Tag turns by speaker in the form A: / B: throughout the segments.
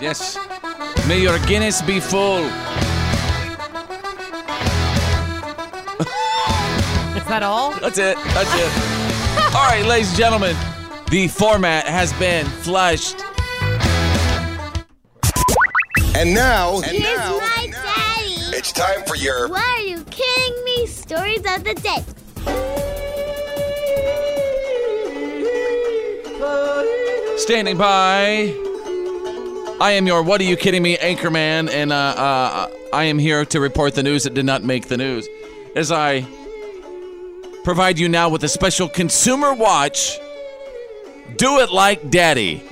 A: Yes. May your Guinness be full.
B: Is that all?
A: That's it. That's it. All right, ladies and gentlemen, the format has been flushed.
C: And now, and
D: Here's
C: now,
D: my daddy.
C: it's time for your
D: Why are you kidding me? Stories of the dead.
A: Standing by. I am your What Are You Kidding Me anchorman, and uh, uh, I am here to report the news that did not make the news. As I provide you now with a special consumer watch Do It Like Daddy.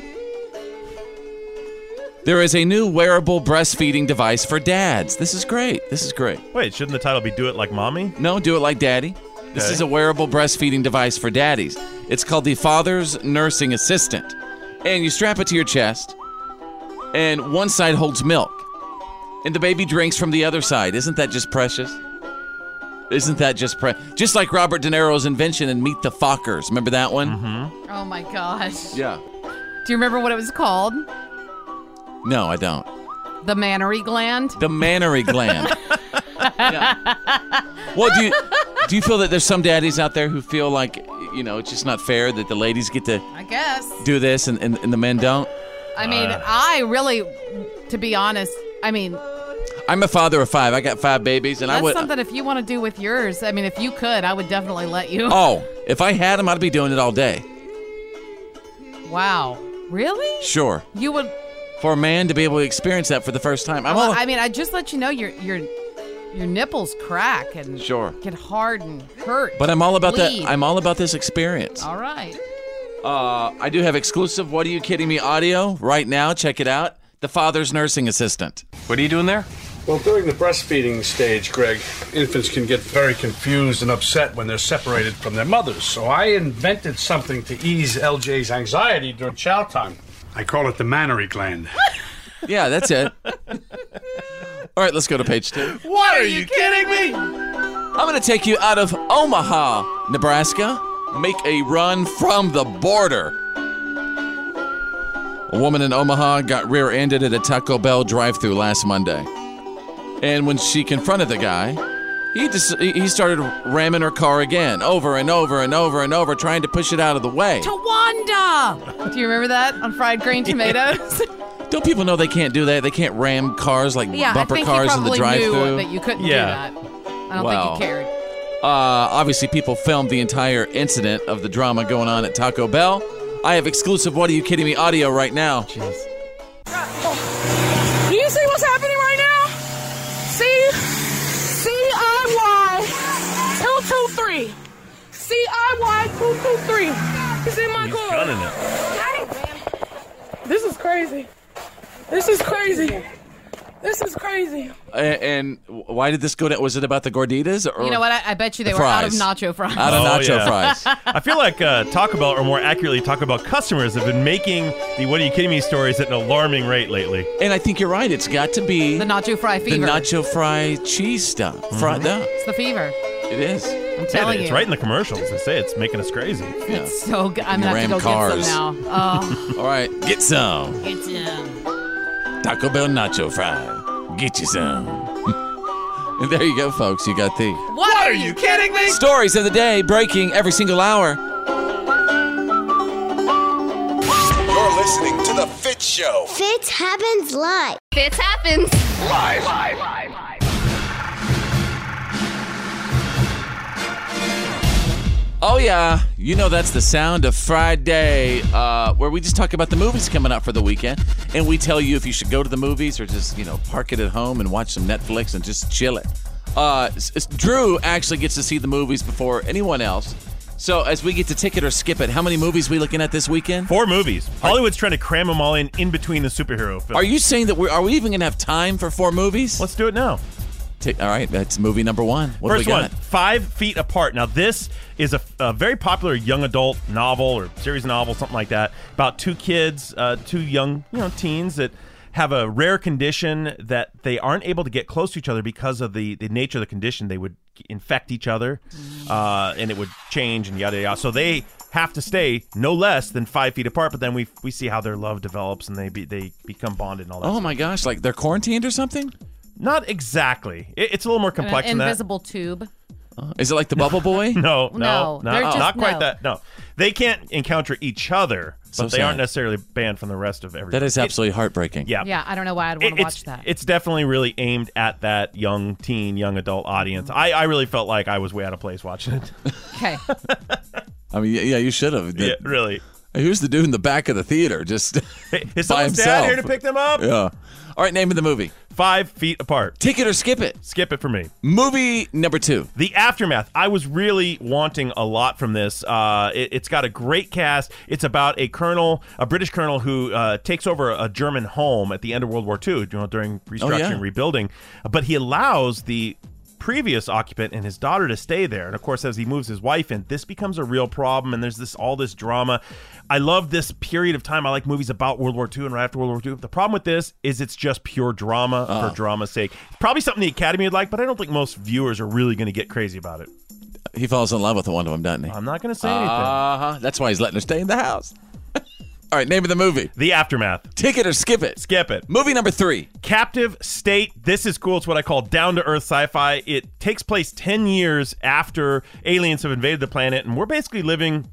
A: There is a new wearable breastfeeding device for dads. This is great. This is great.
E: Wait, shouldn't the title be Do It Like Mommy?
A: No, do it like daddy. This
E: Okay.
A: is a wearable breastfeeding device for daddies. It's called the Father's Nursing Assistant. And you strap it to your chest, and one side holds milk, and the baby drinks from the other side. Isn't that just precious? Isn't that just pre- just like Robert De Niro's invention in Meet the Fockers? Remember that one?
B: Oh my gosh.
A: Yeah.
B: Do you remember what it was called?
A: No, I don't.
B: The mannery gland.
A: The mammary gland. Yeah. Well, do you, do you feel that there's some daddies out there who feel like, you know, it's just not fair that the ladies get to
B: I guess.
A: do this and, and, and the men don't?
B: I mean,
A: Uh.
B: I really, to be honest, I mean,
A: I'm a father of five. I got five babies, and I
B: that's
A: would. uh,
B: something if you want to do with yours. I mean, if you could, I would definitely let you.
A: Oh, if I had them, I'd be doing it all day.
B: Wow. Really?
A: Sure.
B: You would?
A: For a man to be able to experience that for the first time, I'm
B: Well,
A: all.
B: I mean, I just let you know your your your nipples crack and
A: Sure.
B: get hard and hurt.
A: but I'm all about that.
B: bleed.
A: I'm all about this experience.
B: All right.
A: Uh, I do have exclusive. What are you kidding me? Audio right now. Check it out. The father's nursing assistant.
F: What are you doing there?
G: Well, during the breastfeeding stage, Greg, infants can get very confused and upset when they're separated from their mothers. So I invented something to ease LJ's anxiety during chow time. I call it the Mannery gland.
A: Yeah, that's it. all right, let's go to page two.
F: What are you kidding me?
A: I'm going to take you out of Omaha, Nebraska, make a run from the border. A woman in Omaha got rear ended at a Taco Bell drive thru last Monday. And when she confronted the guy, he, just, he he started ramming her car again, over and over and over and over, trying to push it out of the way.
B: Tawanda. Do you remember that on fried green tomatoes?
A: Don't people know they can't do that? They can't ram cars like
B: yeah,
A: bumper
B: I think
A: cars
B: you
A: in the
B: probably
A: drive
B: knew
A: thru.
B: that you couldn't
F: Yeah.
B: do that. I don't
A: Wow.
B: think you cared.
A: Uh, obviously, people filmed the entire incident of the drama going on at Taco Bell. I have exclusive What Are You Kidding Me audio right now.
H: Do you see what's happening right now? C C I Y two two three. C I Y two two three. It's in my car. This is crazy. This is crazy. This is crazy.
A: A- And, why did this go down? Was it about the gorditas? Or
B: You know what? I, I bet you they
A: The
B: were out of
A: fries.
B: nacho fries.
A: Out of
F: Oh,
A: nacho
F: yeah.
A: fries.
F: I feel like uh, Taco Bell, or more accurately, Taco Bell customers have been making the "What are you kidding me?" stories at an alarming rate lately.
A: And I think you're right. It's got to be
B: the nacho fry
A: the
B: fever.
A: nacho fry cheese stuff. Fried up.
B: it's the fever.
A: It is.
B: I'm
F: Yeah,
B: telling
F: it's
B: you.
F: right in the commercials. They say it's making us crazy.
A: Yeah.
B: So good. I'm gonna have
A: Ram
B: to go
A: cars.
B: get some now. Oh,
A: All right. Get some.
B: it's um,
A: Taco Bell nacho fry. Get you some. and there you go, folks. You got the.
B: what, are you kidding me?
A: Stories of the day breaking every single hour.
I: You're listening to The Fit Show.
D: Fitz happens live.
J: Fits happens.
I: Live.
A: Oh yeah, you know that's the sound of Friday, uh, where we just talk about the movies coming out for the weekend, and we tell you if you should go to the movies or just you know park it at home and watch some Netflix and just chill it. Uh, s- s- Drew actually gets to see the movies before anyone else. So as we get to ticket or skip it, how many movies we looking at this weekend?
F: Four movies. Hollywood's trying to cram them all in in between the superhero films.
A: Are you saying that we are we even gonna have time for four movies?
F: Let's do it now.
A: Ti- all right, that's movie number one. What do
F: First
A: we
F: one,
A: got?
F: Five Feet Apart. Now, this is a, a very popular young adult novel or series novel, something like that, about two kids, uh, two young, you know, teens that have a rare condition that they aren't able to get close to each other because of the, the nature of the condition. They would infect each other uh, and it would change and yada yada. So they have to stay no less than five feet apart, but then we we see how their love develops and they be, they become bonded and all that.
A: Oh my gosh, like they're quarantined or something?
F: Not exactly. It, it's a little more complex
B: An
F: than that.
B: invisible tube.
A: Is it like the Bubble Boy?
F: Uh, No,
B: No,
F: no, no,
B: they're just-
F: not quite
B: no.
F: that. No, they can't encounter each other, but
A: So
F: they
A: sad.
F: aren't necessarily banned from the rest of everything.
A: That is
F: It-
A: absolutely heartbreaking.
F: yeah,
B: Yeah, I don't know why I'd
F: It-
B: want to
F: it's
B: watch that.
F: it's definitely really aimed at that young teen, young adult audience.
B: Mm-hmm.
F: I, I really felt like I was way out of place watching it.
B: okay.
A: I mean, yeah, yeah, you should have.
F: yeah, really.
A: Who's the dude in the back of the theater? Just
F: Is
A: by
F: someone's dad here to
A: himself.
F: pick them up?
A: yeah. All right, name of the movie.
F: Five feet apart.
A: Ticket or skip it.
F: Skip it for me.
A: Movie number two.
F: The aftermath. I was really wanting a lot from this. Uh, it, has got a great cast. It's about a colonel, a British colonel, who uh, takes over a German home at the end of World War II, you know, during restructuring,
A: yeah.
F: rebuilding. But he allows the previous occupant and his daughter to stay there. And of course, as he moves his wife in, this becomes a real problem. And there's this all this drama. I love this period of time. I like movies about World War II and right after World War II. The problem with this is it's just pure drama for drama's sake. Probably something the Academy would like, but I don't think most viewers are really going to get crazy about it.
A: He Uh-huh. falls in love with one of them, doesn't he?
F: Um, I'm not going to say anything.
A: Uh huh. That's why he's letting her stay in the house. All right, name of the movie.
F: The Aftermath.
A: Take it or skip it.
F: Skip it.
A: Movie number three.
F: Captive State. This is cool. It's what I call down to earth sci fi. It takes place 10 years after aliens have invaded the planet, and we're basically living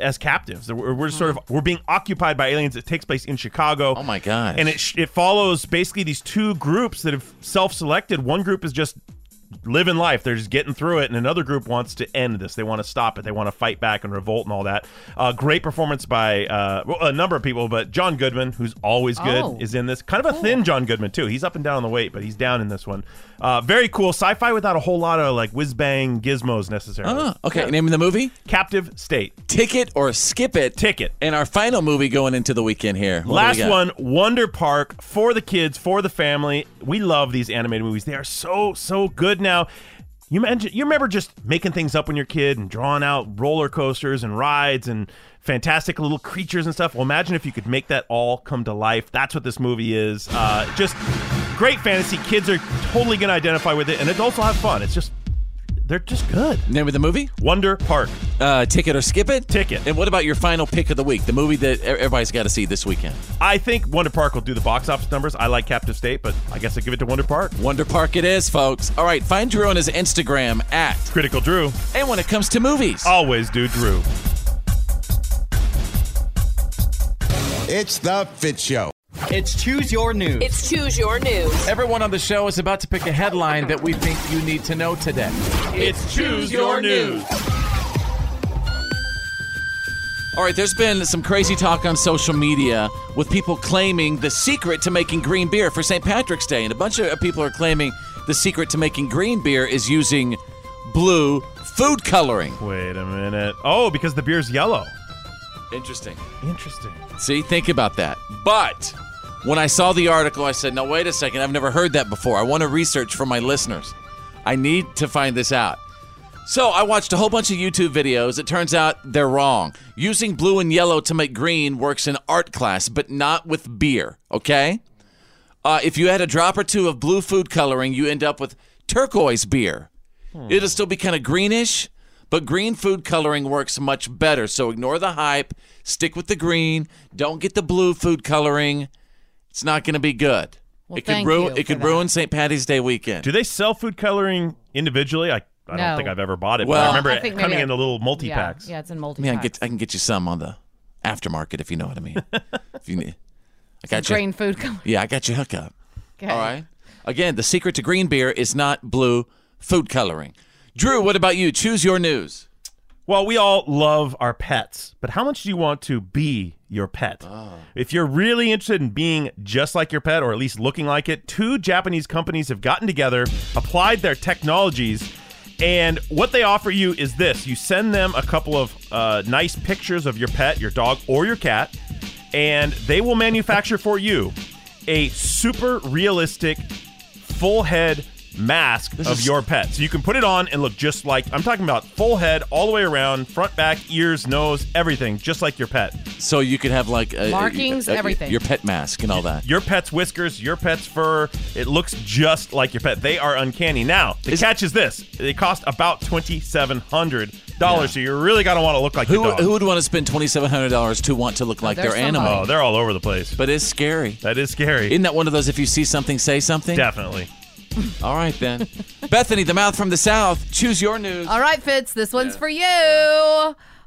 F: as captives. We're, we're sort of we're being occupied by aliens. It takes place in Chicago. Oh
A: my gosh.
F: And it sh- it follows basically these two groups that have self-selected. One group is just living life. They're just getting through it, and another group wants to end this. They want to stop it. They want to fight back and revolt and all that. Uh, great performance by uh, well, a number of people, but John Goodman, who's always good,
K: Oh.
F: is in this. Kind of a thin John Goodman too. He's up and down on the weight, but he's down in this one. Uh, very cool sci-fi without a whole lot of like whiz bang gizmos necessarily.
A: Ah, okay. Name of the movie?
F: Captive State.
A: Ticket or skip it?
F: Ticket.
A: And our final movie going into the weekend here. What do we
F: Last
A: got?
F: one, Wonder Park for the kids, for the family. We love these animated movies. They are so so good now. You mentioned you remember just making things up when you're a kid and drawing out roller coasters and rides and fantastic little creatures and stuff. Well, imagine if you could make that all come to life. That's what this movie is. Uh, just great fantasy. Kids are totally gonna identify with it, and adults will have fun. It's just they're just good.
A: Name of the movie?
F: Wonder Park.
A: Uh, ticket or skip it?
F: Ticket.
A: And what about your final pick of the week? The movie that e- everybody's got to see this weekend.
F: I think Wonder Park will do the box office numbers. I like Captive State, but I guess I give it to Wonder Park.
A: Wonder Park it is, folks. All right, find Drew on his Instagram at
F: Critical Drew.
A: And when it comes to movies,
F: always do Drew.
L: It's the Fit Show.
A: It's Choose Your News.
M: It's Choose Your News.
A: Everyone on the show is about to pick a headline that we think you need to know today.
M: It's Choose Your News.
A: All right, there's been some crazy talk on social media with people claiming the secret to making green beer for St. Patrick's Day. And a bunch of people are claiming the secret to making green beer is using blue food coloring.
F: Wait a minute. Oh, because the beer's yellow.
A: Interesting.
F: Interesting.
A: See, think about that. But when I saw the article, I said, no, wait a second. I've never heard that before. I want to research for my listeners. I need to find this out. So I watched a whole bunch of YouTube videos. It turns out they're wrong. Using blue and yellow to make green works in art class, but not with beer, okay? Uh, if you add a drop or two of blue food coloring, you end up with turquoise beer.
B: Hmm.
A: It'll still be kind of greenish, but green food coloring works much better. So ignore the hype, stick with the green, don't get the blue food coloring. It's not going to be good.
B: Well,
A: it could
B: thank
A: ruin
B: you
A: it could
B: for that.
A: ruin St. Patty's Day weekend.
F: Do they sell food coloring individually? I, I
B: No.
F: don't think I've ever bought it. but
A: Well-
F: I remember
B: I
F: it
B: think
F: coming
B: maybe-
F: in the little multi packs.
B: Yeah, yeah, it's in
A: I
B: multi
A: mean, I can
B: packs.
A: get I can get you some on the aftermarket if you know what I mean. if you need, I got you.
B: Grain food coloring.
A: Yeah, I got you hook up.
B: Okay.
A: All right. Again, the secret to green beer is not blue food coloring. Drew, what about you? Choose your news.
F: Well, we all love our pets, but how much do you want to be your pet? If you're really interested in being just like your pet, or at least looking like it, two Japanese companies have gotten together, applied their technologies, and what they offer you is this you send them a couple of uh, nice pictures of your pet, your dog, or your cat, and they will manufacture for you a super realistic full head mask of your pet. So you can put it on and look just like I'm talking about full head all the way around, front, back, ears, nose, everything, just like your pet.
A: So you could have like a,
B: Markings,
A: a- a-
B: everything.
A: your pet mask and all that.
F: Your pet's whiskers, your pet's fur, it looks just like your pet. They are uncanny. Now, the catch is this. They cost about $2700, so you're really going to want to look like
A: Who,
F: your dog.
A: who would want to spend twenty seven hundred dollars to want to look like their
F: there's
A: animal?
F: somebody. Oh, they're all over the place.
A: But it's scary.
F: That is scary.
A: Isn't that one of those? If you see something, say something.
F: Definitely.
A: All right then, Bethany, the mouth from the south. Choose your news.
B: All right, Fitz, this one's for you.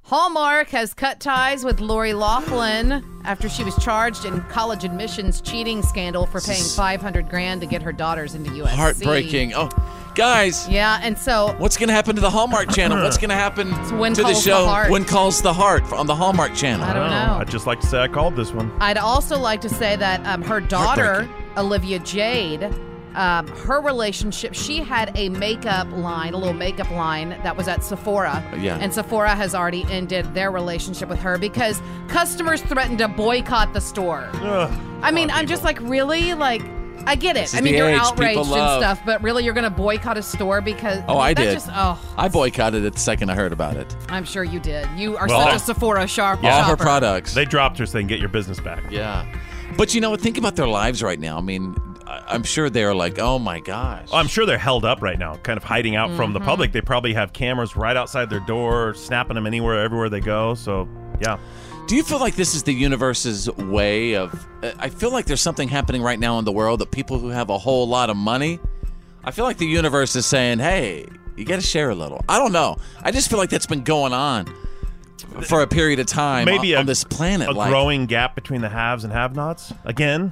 B: Hallmark has cut ties with Lori Laughlin after she was charged in college admissions cheating scandal for paying 500 grand to get her daughters into USC.
A: Heartbreaking. Oh, guys.
B: Yeah, and so
A: What's going to happen to the Hallmark Channel? What's going to happen
B: When
A: to the
B: Calls the
A: show
B: Heart.
A: when calls the heart on the Hallmark Channel?
B: I don't know.
F: Oh, I'd just like to say I called this one.
B: I'd also like to say that um, her daughter, Olivia Jade, um, her relationship, she had a makeup line, a little makeup line that was at Sephora.
A: Uh, Yeah.
B: And Sephora has already ended their relationship with her because customers threatened to boycott the store. I mean, I'm just like, really? Like, I get it.
A: This is
B: I mean,
A: the
B: you're
A: age people
B: outraged and
A: love.
B: stuff, but really, you're going to boycott a store because.
A: Oh, I
B: that
A: did.
B: Just, oh,
A: I boycotted it the second I heard about it.
B: I'm sure you did. You are
A: Well,
B: such a Sephora sharp
A: All her
B: shopper.
A: products.
F: They dropped her saying, get your business back.
A: Yeah. But you know what? Think about their lives right now. I mean, I- I'm sure they're like, oh my gosh.
F: Oh, I'm sure they're held up right now, kind of hiding out from the
B: Mm-hmm.
F: public. They probably have cameras right outside their door, snapping them anywhere, everywhere they go. So, yeah.
A: Do you feel like this is the universe's way of? uh, I feel like there's something happening right now in the world that people who have a whole lot of money, I feel like the universe is saying, "Hey, you got to share a little." I don't know. I just feel like that's been going on for a period of time.
F: Maybe
A: on,
F: a,
A: on this planet,
F: a
A: like.
F: growing gap between the haves and have-nots again.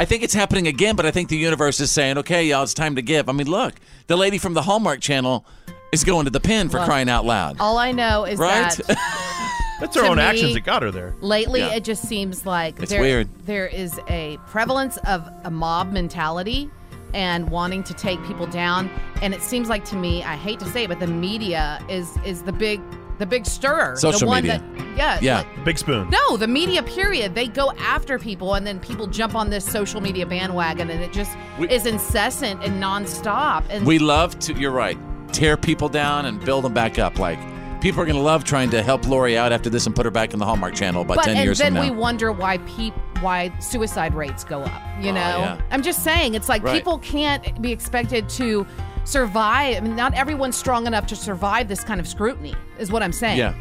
A: I think it's happening again, but I think the universe is saying, "Okay, y'all, it's time to give." I mean, look, the lady from the Hallmark Channel is going to the pen for
B: Look.
A: crying out loud.
B: All I know is
A: Right?
B: that
F: That's
B: her To own actions me- that
F: got her there.
B: Lately, it just seems like
A: It's
B: there,
A: weird.
B: there is a prevalence of a mob mentality and wanting to take people down. And it seems like to me, I hate to say it, but the media is is the big the big stirrer. the
A: Social
B: one
A: media.
B: That, yeah.
A: yeah,
B: like-
F: big spoon.
B: no, the media period. They go after people and then people jump on this social media bandwagon and it just is incessant and nonstop. And
A: We love to. You're right. Tear people down and build them back up. Like people are gonna love trying to help Lori out after this and put her back in the Hallmark Channel about
B: but
A: ten
B: and
A: years
B: then
A: from
B: we
A: now.
B: wonder why peop why suicide rates go up. You
A: Oh,
B: know,
A: yeah.
B: I'm just saying it's like
A: Right.
B: people can't be expected to survive. I mean, not everyone's strong enough to survive this kind of scrutiny, is what I'm saying.
A: yeah,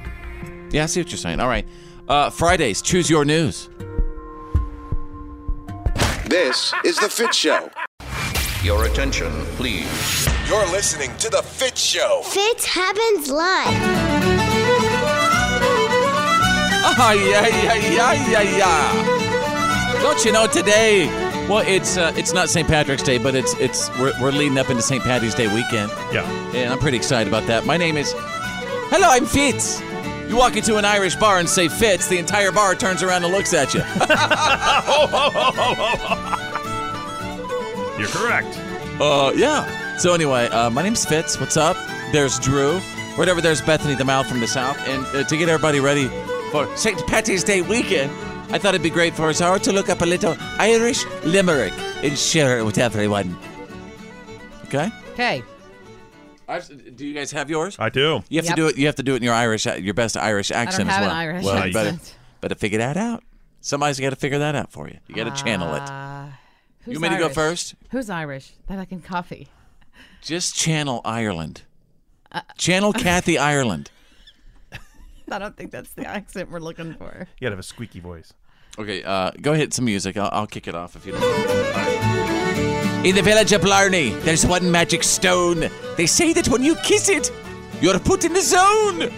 A: yeah. I see what you're saying. All right. Uh, Fridays, choose your news.
L: This is The Fit Show.
C: Your attention, please.
L: You're listening to The Fit Show.
D: Fits happens live.
A: Ah, yeah, yeah, yeah, yeah, yeah. Don't you know today? Well, it's uh, it's not St. Patrick's Day, but it's it's we're, we're leading up into St. Patty's Day weekend.
F: Yeah.
A: and I'm pretty excited about that. My name is Hello, I'm Fitz. You walk into an Irish bar and say Fitz, the entire bar turns around and looks at you.
F: You're correct.
A: Uh, yeah. So anyway, uh, my name's Fitz. What's up? There's Drew. Whatever. There's Bethany, the mouth from the south. And uh, to get everybody ready for St. Patty's Day weekend, I thought it'd be great for us all to look up a little Irish limerick and share it with everyone. Okay.
B: Okay.
A: I've, do you guys have yours?
F: I do.
A: You have to
B: Yep.
A: do it. You have to do it in your Irish, uh, your best Irish accent
B: have
A: as
B: an
A: well.
B: Irish
A: well, you
B: accent.
A: Better, better figure that out. Somebody's got to figure that out for you. You got to channel it.
B: Ah. Who's
A: You want me to go
B: Irish?
A: first?
B: Who's Irish? That I can coffee.
A: Just channel Ireland.
B: Uh.
A: channel Kathy Ireland.
B: I don't think that's the accent we're looking for.
F: You gotta have a squeaky voice.
A: Okay, uh, go hit some music. I'll, I'll kick it off if you don't. In the village of Blarney, there's one magic stone. They say that when you kiss it, you're put in the zone.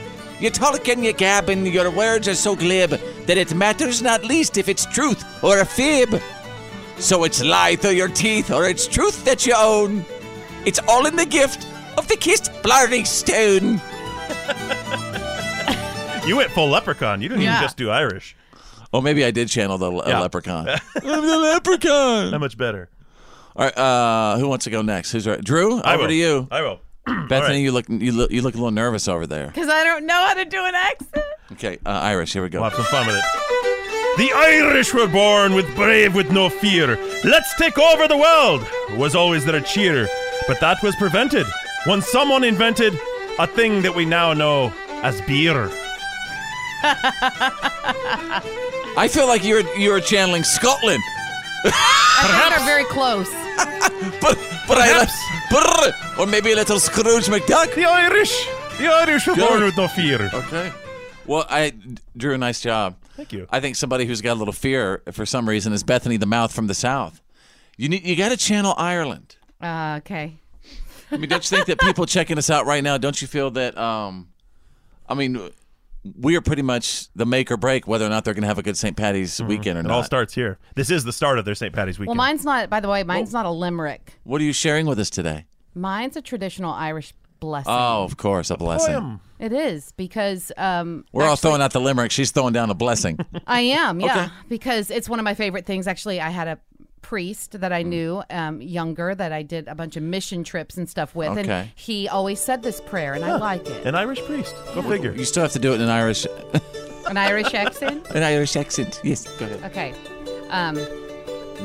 A: You talk and you gab, and your words are so glib that it matters not least if it's truth or a fib. So it's lie through your teeth, or it's truth that you own. It's all in the gift of the kissed Blarney stone.
F: You went full leprechaun. You didn't
A: Yeah.
F: even just do Irish.
A: Oh, maybe I did channel the le- leprechaun.
F: I'm
A: the leprechaun.
F: That much better.
A: All right, uh, who wants to go next? Who's right? Drew,
F: I
A: over
F: will.
A: to you.
F: I will.
A: Bethany, you look you look you look a little nervous over there.
B: Because I don't know how to do an accent.
A: Okay, uh, Irish, here we go.
F: We'll have some fun with it. The Irish were born with brave with no fear. Let's take over the world was always their cheer. But that was prevented when someone invented a thing that we now know as beer.
A: I feel like you're you're channeling Scotland,
B: I think they're very close.
A: but but I brr, or maybe a little Scrooge McDuck.
F: The Irish, the Irish were
A: Good.
F: born with no fear.
A: Okay. Well, I Drew, nice job.
F: Thank you.
A: I think somebody who's got a little fear for some reason is Bethany the mouth from the south. You need you got to channel Ireland.
B: Uh, okay.
A: I mean, don't you think that people checking us out right now? Don't you feel that? Um, I mean, we are pretty much the make or break whether or not they're going to have a good St. Patty's weekend or
F: Mm-hmm. It
A: not.
F: all starts here. This is the start of their St. Patty's
B: Well,
F: weekend.
B: mine's not, by the way, mine's
A: Oh.
B: not a limerick.
A: What are you sharing with us today?
B: Mine's a traditional Irish blessing.
A: Oh, of course, a blessing.
B: It is because um,
A: We're all throwing out the limerick. She's throwing down a blessing.
B: I am, yeah, because it's one of my favorite things. Actually, I had a priest that I knew um, younger that I did a bunch of mission trips and stuff with, and
A: Okay.
B: he always said this prayer, and I like it.
F: An Irish priest. Go figure.
A: you still have to do it in an Irish,
B: An Irish accent.
A: an Irish accent. Yes, go ahead.
B: Okay. Um,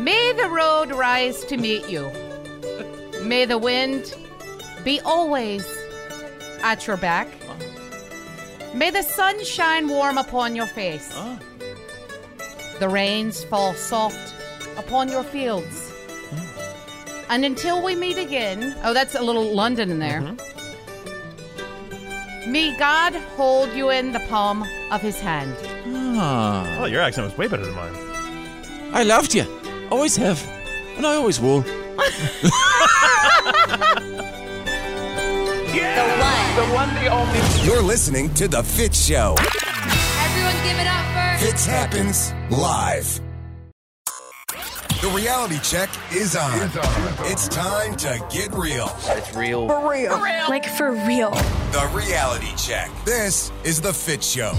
B: May the road rise to meet you. May the wind be always at your back. May the sun shine warm upon your face. The rains fall soft upon your fields. And until we meet again, oh, that's a little London in there. May God hold you in the palm of his hand.
A: Ah.
F: Oh, your accent was way better than mine.
A: I loved you. Always have. And I always will.
N: The one, the only. You're listening to The Fit Show.
J: Everyone give it up for
N: Fits happens live. The reality check is on. It's time to get real. It's real.
K: Like for real.
N: The reality check. This is The Fit Show.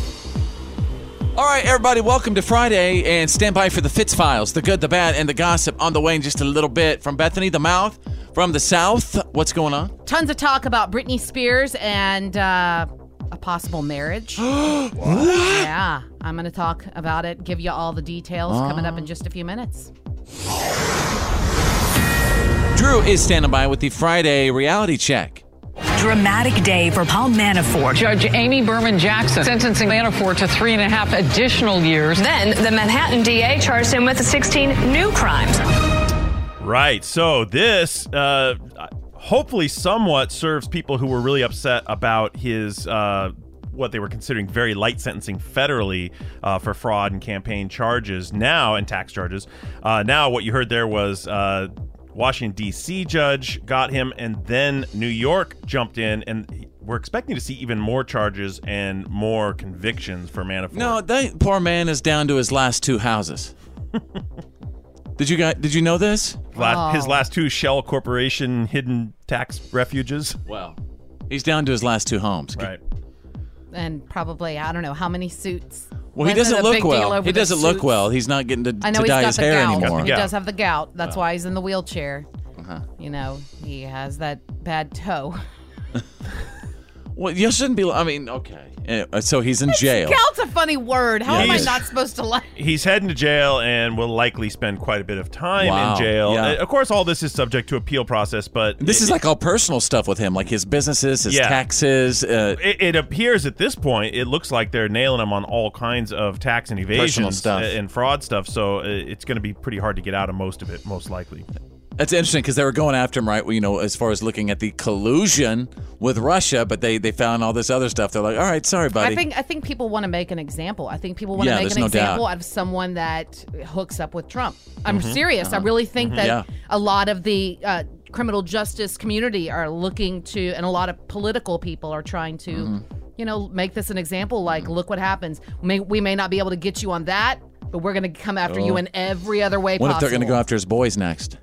A: All right, everybody, welcome to Friday and stand by for the Fitz Files, the good, the bad, and the gossip on the way in just a little bit. From Bethany, the mouth, from the south, what's going on?
B: Tons of talk about Britney Spears and uh, a possible marriage. Yeah, I'm going to talk about it, give you all the details coming up in just a few minutes.
A: Drew is standing by with the Friday reality check.
O: Dramatic day for Paul Manafort.
P: Judge Amy Berman Jackson sentencing Manafort to three and a half additional years.
O: Then the Manhattan DA charged him with 16 new crimes.
F: Right. So this uh, hopefully somewhat serves people who were really upset about his uh, what they were considering very light sentencing federally uh, for fraud and campaign charges now and tax charges. Uh, now what you heard there was. Uh, Washington D.C. judge got him, and then New York jumped in, and we're expecting to see even more charges and more convictions for Manafort.
A: No, that poor man is down to his last two houses. did you guys, did you know this?
F: La-
B: Oh,
F: His last two shell corporation hidden tax refuges.
A: Wow. He's down to his last two homes.
F: Right.
B: And probably, I don't know, how many suits?
A: Well, he
B: Wasn't it
A: doesn't
B: a big
A: look
B: deal
A: well.
B: over
A: He
B: the
A: doesn't look
B: suits?
A: well. He's not getting to,
B: I know
A: to
B: he's
A: dye
B: got
A: his
B: the
A: hair
B: gout.
A: anymore.
B: He does have the gout. That's why he's in the wheelchair.
A: Uh-huh.
B: You know, he has that bad toe.
A: Well, you shouldn't be. I mean, okay. Uh, So he's in jail.
B: Gout's a funny word. How am I
F: He's-
B: not supposed to like?
F: He's heading to jail and will likely spend quite a bit of time
A: Wow,
F: in jail.
A: yeah.
F: Uh, Of course, all this is subject to appeal process, but
A: This
F: is
A: is like all personal stuff with him, like his businesses, his
F: Yeah.
A: taxes. Uh,
F: it, it appears at this point, it looks like they're nailing him on all kinds of tax and evasion
A: Personal stuff.
F: and fraud stuff. So uh, it's going to be pretty hard to get out of most of it, most likely.
A: that's interesting because they were going after him, right? You know, as far as looking at the collusion with Russia, but they they found all this other stuff. They're like, all right, sorry, buddy.
B: I think I think people want to make an example. I think people want
A: Yeah,
B: to make
A: there's
B: an
A: no doubt.
B: example out of someone that hooks up with Trump. I'm
A: Mhm.
B: serious. I
A: Uh-huh.
B: really think
A: Mhm.
B: that
A: Yeah.
B: a lot of the uh, criminal justice community are looking to, and a lot of political people are trying to,
A: Mhm.
B: you know, make this an example. Like,
A: Mm-hmm.
B: look what happens. May, we may not be able to get you on that, but we're going to come after you
A: Oh.
B: in every other way
A: what if
B: possible.
A: they're going to go after his boys next?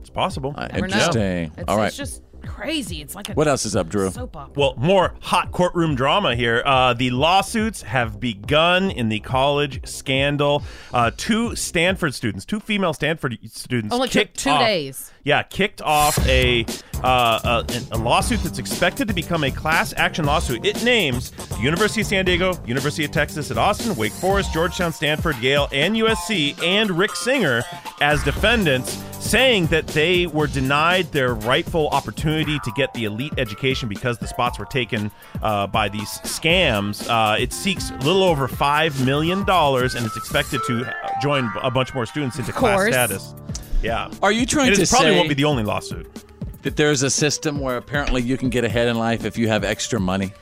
F: It's possible.
A: Uh,
B: Never know.
A: interesting.
B: It's,
A: all right.
B: It's just crazy. It's like a
A: What else is up, Drew?
B: soap opera.
F: Well, more hot courtroom drama here. Uh, the lawsuits have begun in the college scandal. Uh, two Stanford students, two female Stanford students,
B: Only took
F: kicked
B: Oh, two
F: off-
B: days.
F: Yeah, kicked off a, uh, a a lawsuit that's expected to become a class action lawsuit. It names the University of San Diego, University of Texas at Austin, Wake Forest, Georgetown, Stanford, Yale, and USC, and Rick Singer as defendants, saying that they were denied their rightful opportunity to get the elite education because the spots were taken uh, by these scams. Uh, it seeks a little over five million dollars, and it's expected to join a bunch more students into class
A: course.
F: status. Yeah.
A: Are you trying
F: it
A: to
F: is- probably
A: say-
F: won't be the only lawsuit.
A: That there's a system where apparently you can get ahead in life if you have extra money.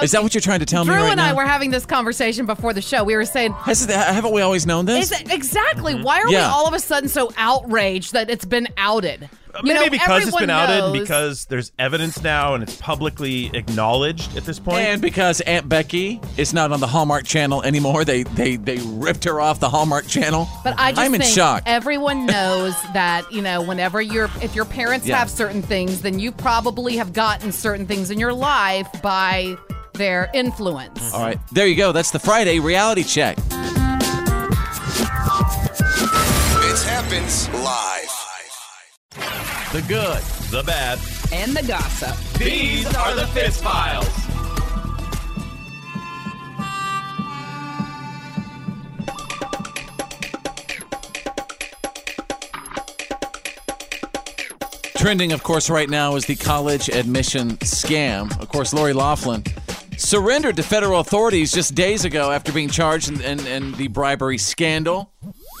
A: Is that what you're trying to tell
B: Mm-hmm. Drew
A: me right
B: and
A: now?
B: I were having this conversation before the show. We were saying,
A: Has it- haven't we always known this?
B: Is it- exactly. Why are we
A: Yeah.
B: all of a sudden so outraged that it's been outed?
F: Maybe because it's been outed, and
B: and
F: because there's evidence now, and it's publicly acknowledged at this point.
A: And because Aunt Becky is not on the Hallmark Channel anymore, they they they ripped her off the Hallmark Channel.
B: But I just
A: I'm in
B: think
A: shock.
B: everyone knows that you know whenever your if your parents
A: Yeah.
B: have certain things, then you probably have gotten certain things in your life by their influence.
A: All right, there you go. That's the Friday reality check.
L: Fits happens live.
A: The good,
F: the bad.
M: And the gossip.
Q: These are the Fitz Files.
A: Trending, of course, right now is the college admission scam. Of course, Lori Laughlin surrendered to federal authorities just days ago after being charged in, in, in the bribery scandal.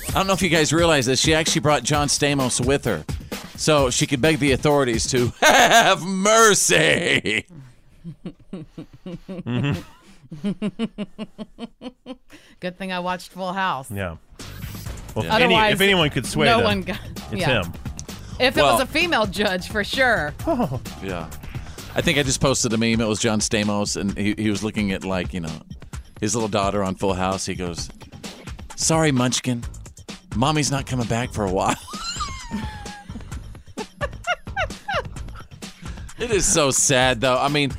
A: I don't know if you guys realize this. She actually brought John Stamos with her so she could beg the authorities to have mercy.
F: Mhm.
B: Good thing I watched Full House.
F: Yeah. Well, if, any,
B: Otherwise,
F: if anyone could sway
B: no
F: them,
B: one got-
F: it's
B: yeah.
F: him.
B: If it was
A: Well-
B: a female judge, for sure.
A: Yeah. I think I just posted a meme. It was John Stamos, and he, he was looking at, like, you know, his little daughter on Full House. He goes, Sorry, Munchkin. Mommy's not coming back for a while. it is so sad, though. I mean,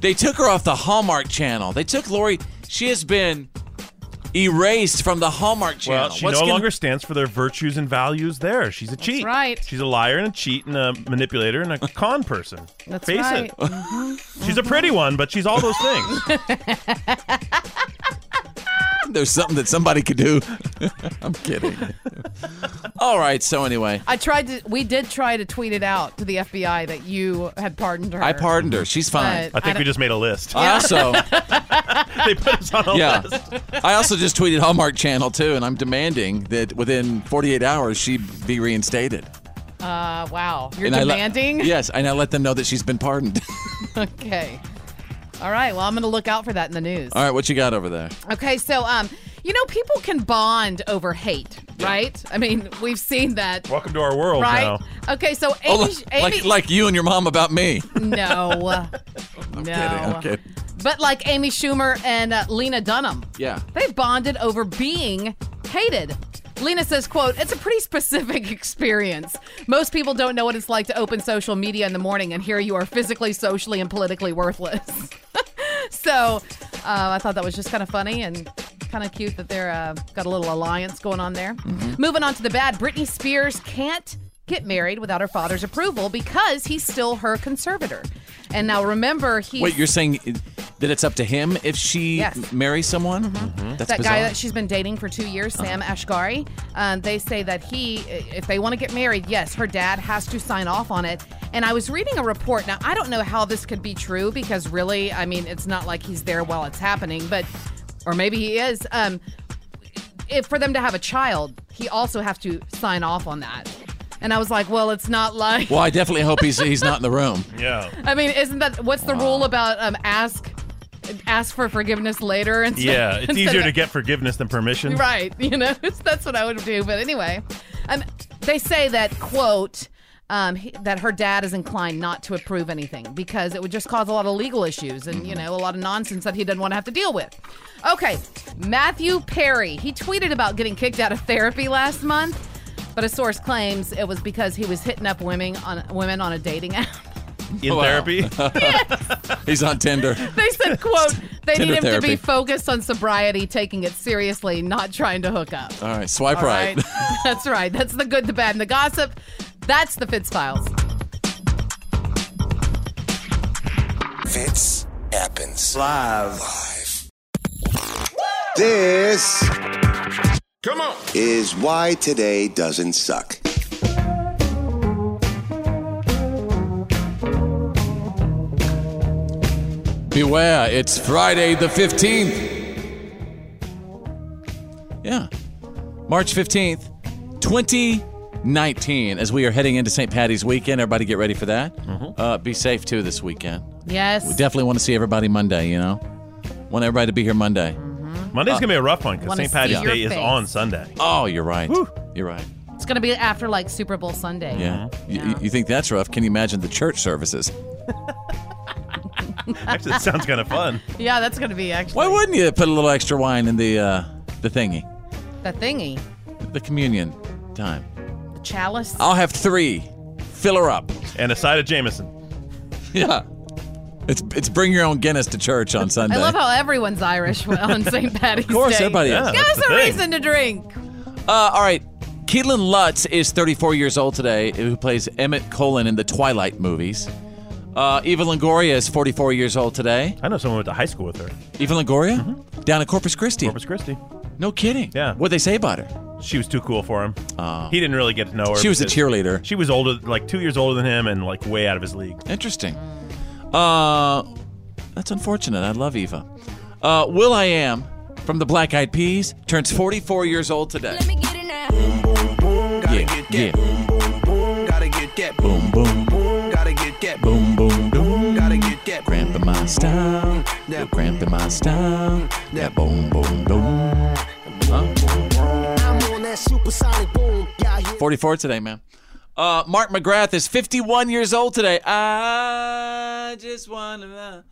A: they took her off the Hallmark Channel. They took Lori. She has been erased from the Hallmark Channel.
F: Well, she
A: What's
F: no
A: gonna-
F: longer stands for their virtues and values there. She's a cheat.
B: right.
F: She's a liar and a cheat and a manipulator and a con person.
B: That's
F: Face
B: right. Mm-hmm.
F: it. She's a pretty one, but she's all those things.
A: There's something that somebody could do. I'm kidding. All right. So anyway,
B: I tried to. We did try to tweet it out to the FBI that you had pardoned her.
A: I pardoned her. She's fine.
B: But I think I don't- we
F: just made a list.
A: I also,
F: they put us on a
A: yeah,
F: list.
A: I also just tweeted Hallmark Channel too, and I'm demanding that within 48 hours she be reinstated.
B: Uh, wow. You're
A: And I let-
B: demanding.
A: yes, and I let them know that she's been pardoned.
B: okay. All right. Well, I'm going to look out for that in the news.
A: All right, what you got over there?
B: Okay, so um, you know, people can bond over hate, right? I mean, we've seen that,
F: Welcome to our world
B: right?
A: now.
B: Okay, so Amy,
A: Oh, like,
B: Amy
A: like like you and your mom about me.
B: no, no,
A: Okay.
B: but like Amy Schumer and uh, Lena Dunham,
A: Yeah.
B: they bonded over being hated. Lena says, quote, it's a pretty specific experience. Most people don't know what it's like to open social media in the morning and here you are physically, socially, and politically worthless. so uh, I thought that was just kind of funny and kind of cute that they're uh, got a little alliance going on there.
A: Mm-hmm.
B: Moving on to the bad, Britney Spears can't get married without her father's approval because he's still her conservator. And now remember, he
A: Wait, you're saying that it's up to him if she
B: Yes. Mm-hmm.
A: m- marries someone? Mm-hmm. That's
B: that
A: bizarre.
B: guy that she's been dating for two years,
F: Uh-huh.
B: Sam Ashgari. Um, they say that he, if they want to get married, yes, her dad has to sign off on it. And I was reading a report. Now I don't know how this could be true because really, I mean, it's not like he's there while it's happening, but or maybe he is. Um, if for them to have a child, he also has to sign off on that. And I was like, well, it's not like.
A: well, I definitely hope he's he's not in the room.
F: Yeah.
B: I mean, isn't that what's the
A: Wow.
B: rule about um, ask ask for forgiveness later? Instead,
F: Yeah, it's
B: instead
F: easier
B: of-
F: to get forgiveness than permission.
B: Right. You know, that's what I would do. But anyway, um, they say that, quote, um, he- that her dad is inclined not to approve anything because it would just cause a lot of legal issues and, you know, a lot of nonsense that he doesn't want to have to deal with. Okay. Matthew Perry, he tweeted about getting kicked out of therapy last month, but a source claims it was because he was hitting up women on, women on a dating app.
F: In therapy?
A: he's on Tinder.
B: They said, quote, they need
A: Tinder
B: him to
A: therapy.
B: be focused on sobriety, taking it seriously, not trying to hook up.
A: All right, swipe
B: All
A: right.
B: right. That's right. That's the good, the bad, and the gossip. That's the Fitz Files.
N: Fits happens live. Live. This. Come on. Is why today doesn't suck.
A: Beware, it's Friday the 15th. Yeah. March 15th, 2019. As we are heading into St. Patty's weekend, everybody get ready for that. Uh, be safe too this weekend. We
B: Yes.
A: definitely want to see everybody Monday, you know? Want everybody to be here Monday.
F: Monday's
A: Uh,
F: going to be a rough one because
B: Wanna
F: St. Patty's
B: see your
F: Day is
B: face.
F: on Sunday.
A: Oh, you're right. You're right.
B: It's going to be after like Super Bowl Sunday.
A: Yeah. You- You, you think that's rough? Can you imagine the church services?
F: Actually, that sounds kind of fun.
B: Yeah, that's going to be actually
A: Why wouldn't you put a little extra wine in the uh, the thingy,
B: the thingy,
A: the communion time?
B: the chalice.
A: I'll have three. Fill her up.
F: And a side of Jameson.
A: Yeah. It's it's bring your own Guinness to church on Sunday.
B: I love how everyone's Irish on St. Patty's Day.
A: Of course, everybody is. Yeah,
B: Give
A: that's
B: us
A: the
B: a
A: thing.
B: reason to drink.
A: Uh, all right. Keelan Lutz is 34 years old today, who plays Emmett Cullen in the Twilight movies. Uh, Eva Longoria is 44 years old today.
F: I know someone went to high school with her.
A: Eva Longoria? Down at Corpus Christi.
F: Corpus Christi.
A: No kidding. Yeah. What'd they say about her?
F: She was too cool for him. he didn't really get to know her.
A: Oh. She was a
F: because
A: cheerleader.
F: She was older, like two years older than him and like way out of his league.
A: Interesting. Uh, that's unfortunate. I love Eva. Uh, Will I Am from the Black Eyed Peas turns 44 years old today. Yeah, yeah.
Q: Gotta get that
A: Boom, boom.
Q: gotta get that
A: Boom, boom, boom. Gotta get that. Grandpa my style. You're cramping my style. That boom, boom, boom.
R: I'm on that supersonic boom. Yeah,
A: 44 today, man. Uh, Mark McGrath is 51 years old today. I just want to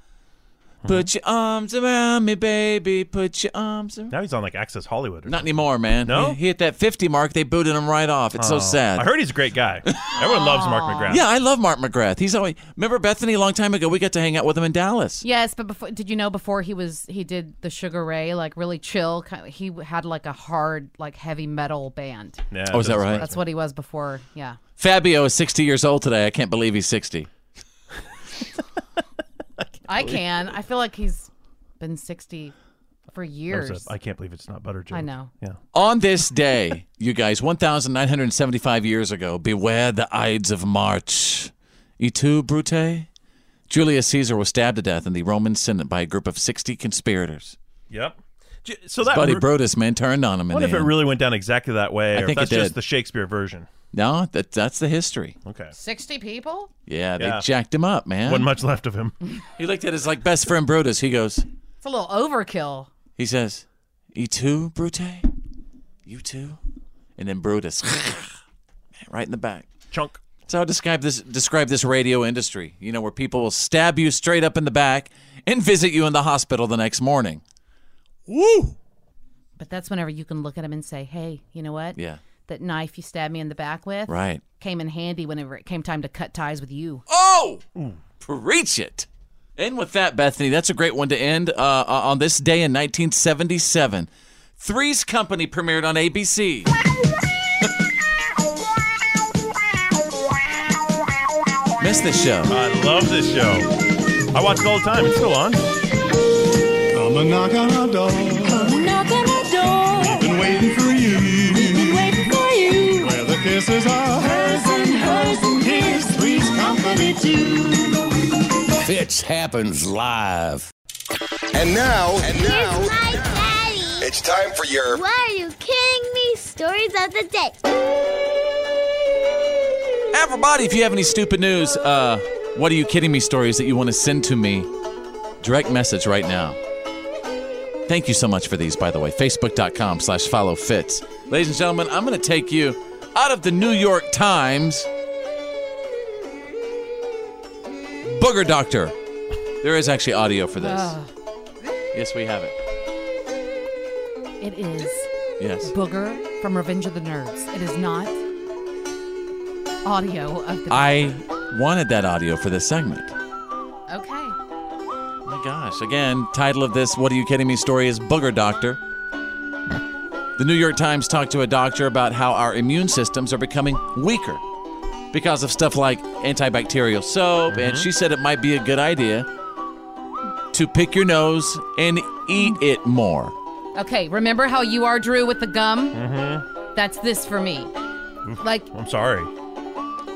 A: put your arms around me, baby. Put your arms around
F: Now he's on like Access Hollywood. Or
A: Not anymore, man.
F: No?
A: He, he hit that 50 mark. They booted him right off. It's
F: Oh.
A: so sad.
F: I heard he's a great guy. Everyone loves Mark McGrath.
A: Yeah, I love Mark McGrath. He's always. Remember Bethany a long time ago? We got to hang out with him in Dallas.
B: Yes, but before did you know before he was he did the Sugar Ray like really chill. Kind of, he had like a hard like heavy metal band.
A: Yeah, Oh, is that right?
B: That's what he was before. Yeah.
A: Fabio is 60 years old today. I can't believe he's 60.
B: I can. I feel like he's been sixty for years.
F: I I can't believe it's not butter joke.
B: I know.
F: Yeah.
A: On this day, you guys, 1,975 years ago, beware the Ides of March. Et tu, Brute? Julius Caesar was stabbed to death in the Roman Senate by a group of 60 conspirators.
F: Yep. J- So that
A: Buddy
F: re-
A: Brodus, man, turned on him.
F: I
A: in
F: wonder
A: the
F: if it
A: end.
F: really went down exactly that way,
A: I
F: or
A: think
F: if that's
A: it
F: just
A: did.
F: the Shakespeare version.
A: No, that, that's the history.
F: Okay.
B: Sixty people.
A: Yeah, they
F: Yeah.
A: jacked him up, man.
F: Wasn't much left of him.
A: He looked at his like best friend Brutus. He goes,
B: It's a little overkill.
A: he says, "E too, Brute? You too?" And then Brutus, man, right in the back,
F: chunk.
A: That's how I describe this. Describe this radio industry. You know, where people will stab you straight up in the back and visit you in the hospital the next morning. Woo!
B: But that's whenever you can look at him and say, "Hey, you know what?
A: Yeah.
B: That knife you stabbed me in the back with,
A: Right.
B: came in handy whenever it came time to cut ties with you."
A: Oh, preach it. And with that, Bethany, that's a great one to end. Uh, on this day in 1977, Three's Company premiered on ABC. Miss this show.
F: I love this show. I watch it all the time. It's still on.
S: I'm a knock on a door.
T: Knock on the door.
S: Been waiting for you.
T: Been waiting for you.
S: Where the kisses are
T: Hers and hers and his. Three's company too.
U: Fitz happens live.
N: And now, and now,
D: Here's my daddy.
N: it's time for your
D: Why are you kidding me? Stories of the day.
A: Everybody, if you have any stupid news, uh, what are you kidding me stories that you want to send to me, direct message right now. Thank you so much for these, by the way. Facebook.com slash follow fits. Ladies and gentlemen, I'm going to take you out of the New York Times. Booger Doctor. There is actually audio for this.
B: Ah,
A: Yes, we have it.
B: it is
A: Yes.
B: Booger from Revenge of the Nerds. It is not audio of the.
A: I wanted that audio for this segment.
B: okay.
A: my gosh. Again, title of this What Are You Kidding Me story is Booger Doctor. The New York Times talked to a doctor about how our immune systems are becoming weaker because of stuff like antibacterial soap, and she said it might be a good idea to pick your nose and eat it more.
B: Okay. Remember how you are, Drew, with the gum?
A: Mm-hmm.
B: That's this for me. Like
A: I'm sorry.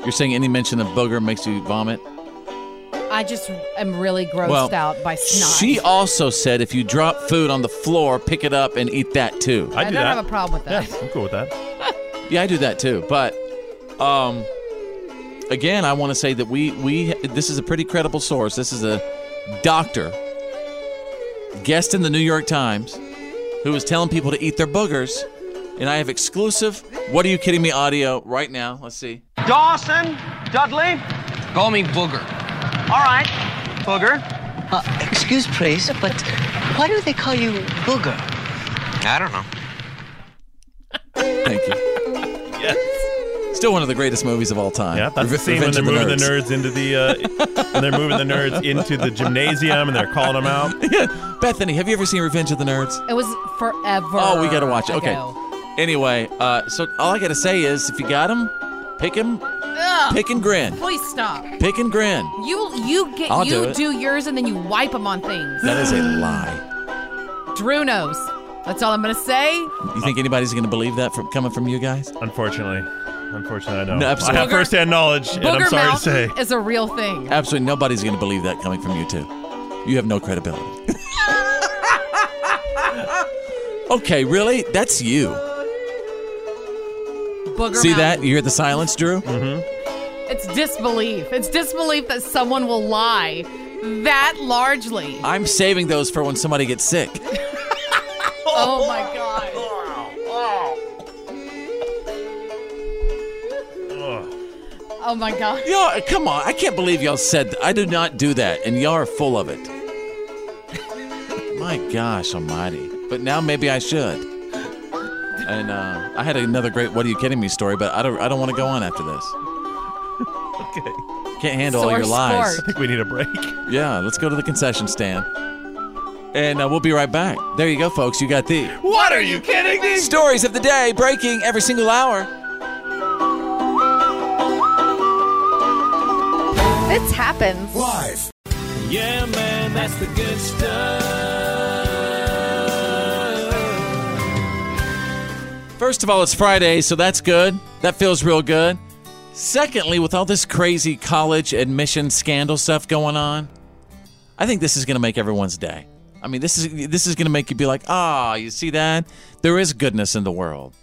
A: You're saying any mention of booger makes you vomit?
B: I just am really grossed
A: Well,
B: out by snot.
A: She also said if you drop food on the floor, pick it up and eat that too.
B: I do not have a problem with that.
F: I'm cool with that.
A: Yeah, I do that too. But um, again, I want to say that we we this is a pretty credible source. This is a doctor, guest in the New York Times, who is telling people to eat their boogers. And I have exclusive. What are you kidding me? Audio right now. Let's see.
V: Dawson, Dudley.
A: Call me booger.
V: All right, Booger.
W: Uh, excuse, please, but why do they call you Booger?
V: I don't know.
A: Thank you. yes. Still one of the greatest movies of all time. Yeah,
F: That's the scene when they're moving the nerds, into the uh, when they're moving the nerds into the gymnasium and they're calling them out.
A: Yeah. Bethany, have you ever seen Revenge of the Nerds?
B: It was forever.
A: Oh, we gotta watch it. Okay.
B: ago.
A: Anyway, uh, so all I gotta say is, if you got him, pick him,
B: Ugh.
A: pick and grin,
B: Please stop.
A: pick and grin.
B: You you get
A: I'll do
B: you
A: it.
B: do yours and then you wipe them on things.
A: That is a lie.
B: Drew knows. That's all I'm gonna say.
A: You think anybody's gonna believe that from coming from you guys?
F: Unfortunately, unfortunately, I don't.
A: No,
F: I
A: absolutely.
F: have firsthand knowledge, and I'm
B: Booger
F: sorry to
B: Mountain
F: say.
B: is a real thing.
A: Absolutely nobody's gonna believe that coming from you two. You have no credibility. okay, really? That's you.
B: Booger
A: See
B: Mountain.
A: that? You hear the silence, Drew? Mm-hmm.
B: It's disbelief. It's disbelief that someone will lie that largely.
A: I'm saving those for when somebody gets sick.
B: Oh my god. Oh my god.
A: Y'all, come on. I can't believe y'all said that. I do not do that, and y'all are full of it. my gosh almighty. But now maybe I should. And uh, I had another great What Are You Kidding Me story, but I don't, I don't want to go on after this. Can't handle all
F: Sore
A: your lies.
F: sport. I think we need a break.
A: Yeah, let's go to the concession stand. And uh, we'll be right back. There you go, folks. You got the
Q: What are you kidding me?
A: stories of the day breaking every single hour.
G: This happens.
N: Live.
Q: Yeah, man, that's the good stuff.
A: First of all, it's Friday, so that's good. That feels real good. Secondly, with all this crazy college admission scandal stuff going on, I think this is going to make everyone's day. I mean, this is this is going to make you be like, "Ah, you see that? There is goodness in the world.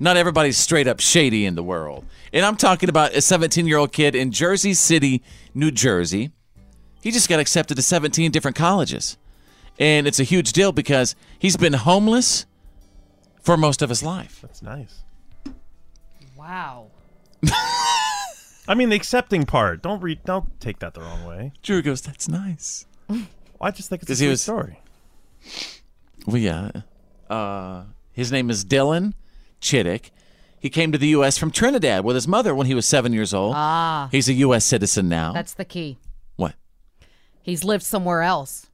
A: Not everybody's straight up shady in the world." And I'm talking about a 17-year-old kid in Jersey City, New Jersey. He just got accepted to 17 different colleges. And it's a huge deal because he's been homeless for most of his life.
F: That's nice.
B: Wow.
F: I mean, the accepting part. Don't read. Don't take that the wrong way.
A: Drew goes, "That's nice."
F: I just think it's a
A: 'Cause he
F: sweet
A: was-
F: story.
A: Well, yeah. Uh, his name is Dylan Chittick. He came to the U.S. from Trinidad with his mother when he was seven years old.
B: Ah.
A: He's a U.S. citizen now.
B: That's the key.
A: What?
B: He's lived somewhere else.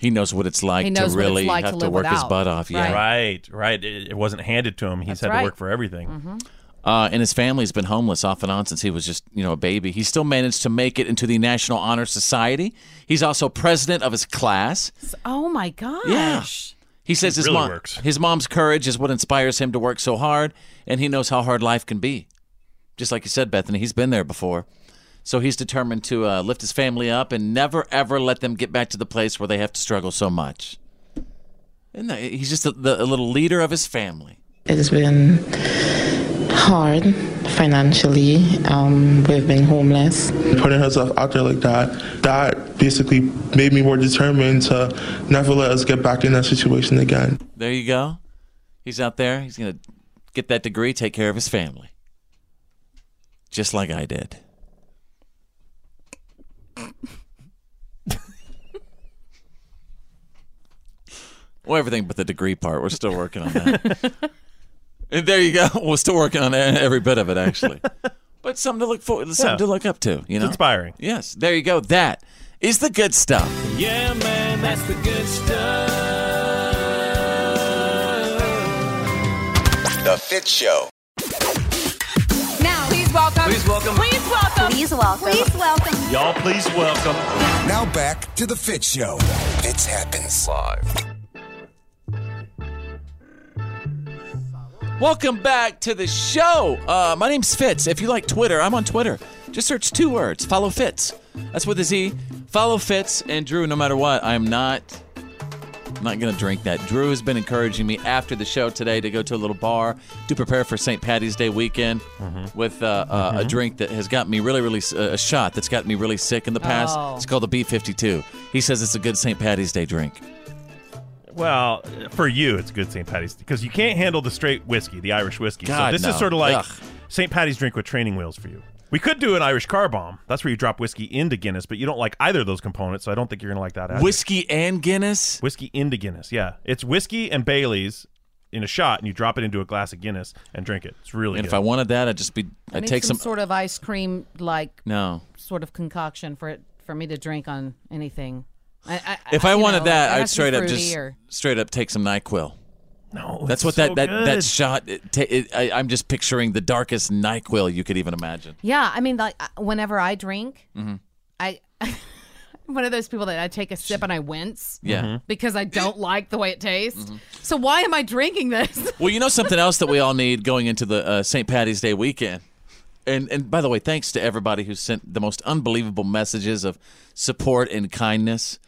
A: He knows what it's like
B: He
A: to
B: knows what it's
A: really
B: like
A: have
B: to
A: to
B: live
A: work his
B: without.
A: butt off. Yeah.
F: Right. Right. It, it wasn't handed to him. He's
B: That's
F: had
B: right. Mm-hmm.
F: to work for everything.
A: Uh, and his family's been homeless off and on since he was just, you know, a baby. He still managed to make it into the National Honor Society. He's also president of his class.
B: Oh my gosh.
A: Yeah. He says his
F: really
A: mom,
F: works.
A: his mom's courage is what inspires him to work so hard, and he knows how hard life can be. Just like you said, Bethany, he's been there before, so he's determined to uh, lift his family up and never ever let them get back to the place where they have to struggle so much. And that- he's just a, the, a little leader of his family.
X: It has been hard financially. Um, we've been homeless.
E: Putting herself out there like that, that basically made me more determined to never let us get back in that situation again.
A: There you go. He's out there. He's gonna get that degree, take care of his family, just like I did. Well, everything but the degree part. We're still working on that. and there you go. We're still working on every bit of it, actually. But something to look for, something
F: Yeah.
A: to look up to. You know,
F: inspiring.
A: Yes, there you go. That is the good stuff.
Q: Yeah, man, that's the good stuff.
N: The Fit Show.
J: Now, please welcome. Please welcome. Please welcome. Please welcome. Please welcome.
N: Y'all, please welcome. Now back to The Fit Show. Fits happens live.
A: Welcome back to the show. Uh, my name's Fitz. If you like Twitter, I'm on Twitter. Just search two words. Follow Fitz. That's with a Z. Follow Fitz and Drew. No matter what, I'm not. I'm not gonna drink that. Drew has been encouraging me after the show today to go to a little bar to prepare for St. Patty's Day weekend with uh, uh, a
Y: Mhm.
A: drink that has got me really, really s- uh, a shot that's got me really sick in the past.
Y: Oh.
A: It's called the B52. He says it's a good St. Patty's Day drink.
F: Well, for you, it's good St. Patty's because you can't handle the straight whiskey, the Irish whiskey. so
A: God,
F: this
A: no.
F: is sort of like
A: Ugh.
F: St. Patty's drink with training wheels for you. We could do an Irish car bomb. That's where you drop whiskey into Guinness, but you don't like either of those components, so I don't think you're going to like that. Either.
A: Whiskey and Guinness?
F: Whiskey into Guinness, yeah. It's whiskey and Bailey's in a shot, and you drop it into a glass of Guinness and drink it. It's really
A: And
F: good.
A: if I wanted that, I'd just be.
B: I
A: I'd
B: need
A: take
B: some,
A: some.
B: sort of ice cream like
A: no.
B: sort of concoction for it for me to drink on anything. I, I,
A: If I
B: you
A: wanted
B: know,
A: that,
B: it has
A: I'd
B: to be
A: straight up
B: fruity
A: just
B: or-
A: straight up take some Nyquil.
F: No,
A: that's
F: it's
A: what that
F: so
A: that that
F: good.
A: shot. It, ta it, I, I'm just picturing the darkest Nyquil you could even imagine.
B: Yeah, I mean, like I- whenever I drink,
A: Mm-hmm.
B: I I'm one of those people that I take a sip and I wince.
A: Yeah. Mm-hmm. Mhm.
F: Mm-hmm.
B: Because I don't like the way it tastes. So why am I drinking this?
A: Well, you know something else that we all need going into the uh, St. Patty's Day weekend. And and by the way, thanks to everybody who sent the most unbelievable messages of support and kindness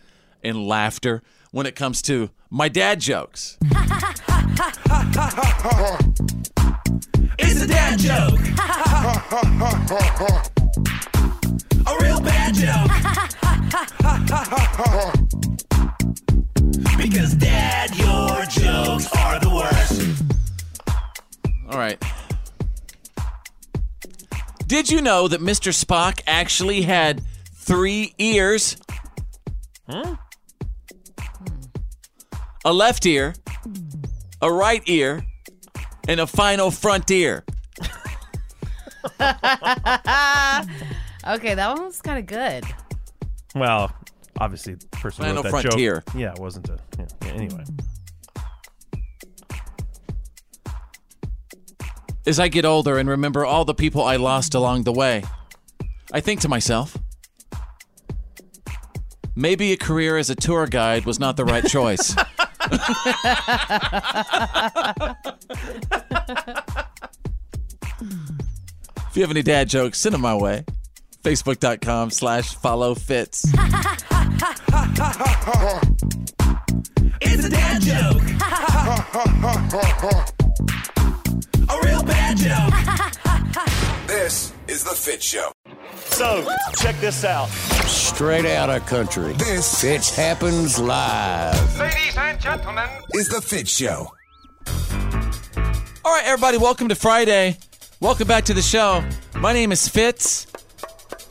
A: and laughter when it comes to my dad jokes.
Q: It's a dad joke. a real bad joke. Because, Dad, your jokes are the worst.
A: All right. Did you know that Mr. Spock actually had three ears? Huh? A left ear, a right ear, and a final front ear.
B: okay, that one was kind of good.
F: Well, obviously, the person who
A: Final
F: wrote that
A: Frontier.
F: joke. Yeah, it wasn't a. Yeah, yeah, anyway,
A: As I get older and remember all the people I lost along the way, I think to myself, maybe a career as a tour guide was not the right choice. if you have any dad jokes, send them my way. Facebook.com slash follow fits.
Q: It's a dad joke. a real bad joke.
L: This is the Fit Show.
Q: So, check this out.
U: Straight out of country. This Fitch happens live.
L: Ladies and gentlemen, is the Fit Show.
A: All right, everybody, welcome to Friday. Welcome back to the show. My name is Fitz,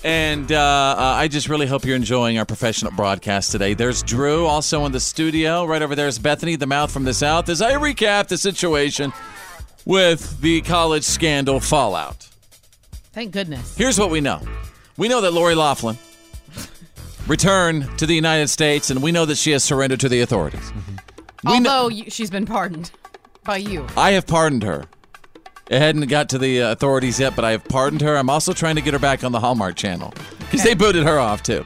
A: and uh, uh, I just really hope you're enjoying our professional broadcast today. There's Drew, also in the studio. Right over there is Bethany, the mouth from the south, as I recap the situation with the college scandal fallout.
B: Thank goodness.
A: Here's what we know we know that Lori Laughlin returned to the United States, and we know that she has surrendered to the authorities.
B: Although you, she's been pardoned by you.
A: I have pardoned her. It hadn't got to the uh, authorities yet, but I have pardoned her. I'm also trying to get her back on the Hallmark Channel because they booted her off too.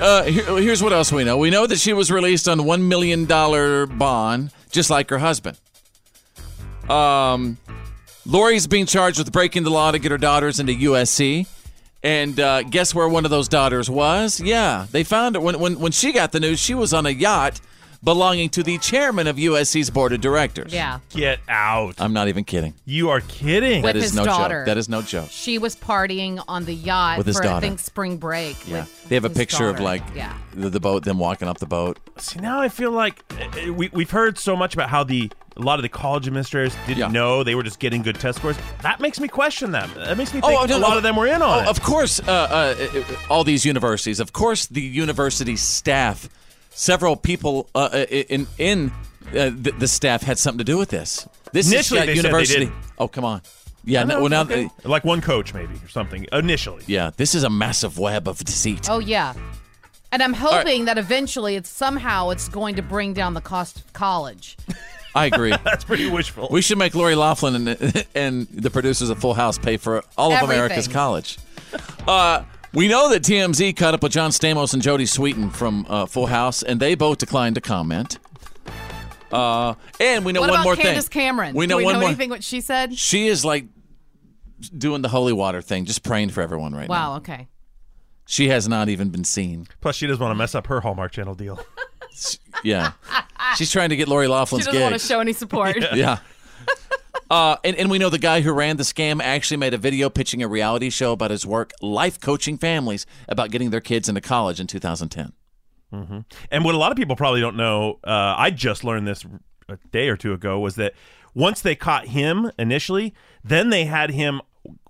A: Uh, here- here's what else we know. We know that she was released on one million dollar bond, just like her husband. Um, Lori's being charged with breaking the law to get her daughters into USC. And uh, guess where one of those daughters was? Yeah, they found her. When, when, when she got the news, she was on a yacht belonging to the chairman of USC's board of directors.
B: Yeah.
A: Get out. I'm not even kidding.
F: You are kidding.
A: That
B: With
A: is
B: his
A: no
B: daughter.
A: joke. That is no joke.
B: She was partying on the yacht
A: With his
B: for I
A: daughter.
B: think spring break.
A: Yeah.
B: with
A: They have a
B: his
A: picture of
B: daughter.
A: like
B: Yeah.
A: the, the boat, them walking up the boat.
F: see now I feel like uh, we we've heard so much about how the a lot of the college administrators didn't know they were just getting good test scores. That makes me question them. That makes me think a
A: no,
F: lot
A: no.
F: of them were in on
A: Oh,
F: it.
A: Of course, uh, uh, it- it- all these universities. Of course, the university staff, several people uh, i- in in uh, the, the staff had something to do with this. This is
F: Initially,
A: got
F: they said they
A: university.
F: didn't.
A: Oh, come on. Yeah.
F: I
A: No,
F: know,
A: well, now
F: okay. like one coach maybe or something initially.
A: Yeah. This is a massive web of deceit.
B: Oh yeah. And I'm
A: right.
B: hoping that eventually it's somehow it's going to bring down the cost of college.
A: I agree.
F: That's pretty wishful.
A: We should make Lori Laughlin and, and the producers of Full House pay for all of
B: Everything.
A: America's college. Uh, we know that TMZ caught up with John Stamos and Jody Sweeten from uh, Full House, and they both declined to comment. Uh, and we know
B: what
A: one
B: about
A: more
B: Candace
A: thing.
B: Cameron?
A: We know
B: Do we
A: one
B: know
A: more.
B: anything what she said?
A: She is like doing the holy water thing, just praying for everyone right now.
B: wow, okay.
A: She has not even been seen.
F: Plus, she doesn't want to mess up her Hallmark Channel deal.
A: Yeah, she's trying to get Lori Laughlin's
B: she doesn't want
A: gigs.
B: to show any support.
A: yeah. Uh, and, and we know the guy who ran the scam actually made a video pitching a reality show about his work, life coaching families about getting their kids into college in 2010.
F: hmm And what a lot of people probably don't know, uh, I just learned this a day or two ago, was that once they caught him initially, then they had him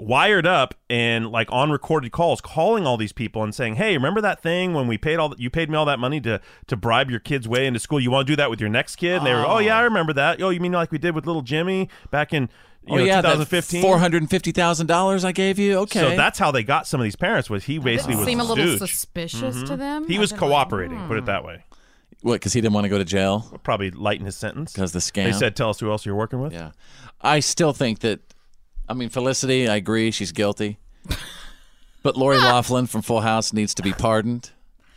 F: wired up and like on recorded calls, calling all these people and saying, "Hey, remember that thing when we paid all you paid me all that money to to bribe your kids way into school? You want to do that with your next kid?" And they were, "Oh yeah, I remember that. Oh, you mean like we did with little Jimmy back in you
A: Oh,
F: know,
A: yeah, that
F: 2015?
A: $450,000 I gave you? Okay.
F: So that's how they got some of these parents. Was he basically was
B: seem a
F: this
B: little
F: douche.
B: suspicious
A: Mm-hmm.
B: to
F: Mhm.
B: them?
F: He
B: I
F: was
B: don't know.
F: cooperating.
B: Hmm.
F: Put it that way.
A: What, because he didn't want to go to jail?
F: Probably lighten his sentence.
A: Because the scam.
F: They said, "Tell us who else you're working with."
A: Yeah, I still think that, I mean, Felicity, I agree, she's guilty. but Lori Laughlin from Full House needs to be pardoned.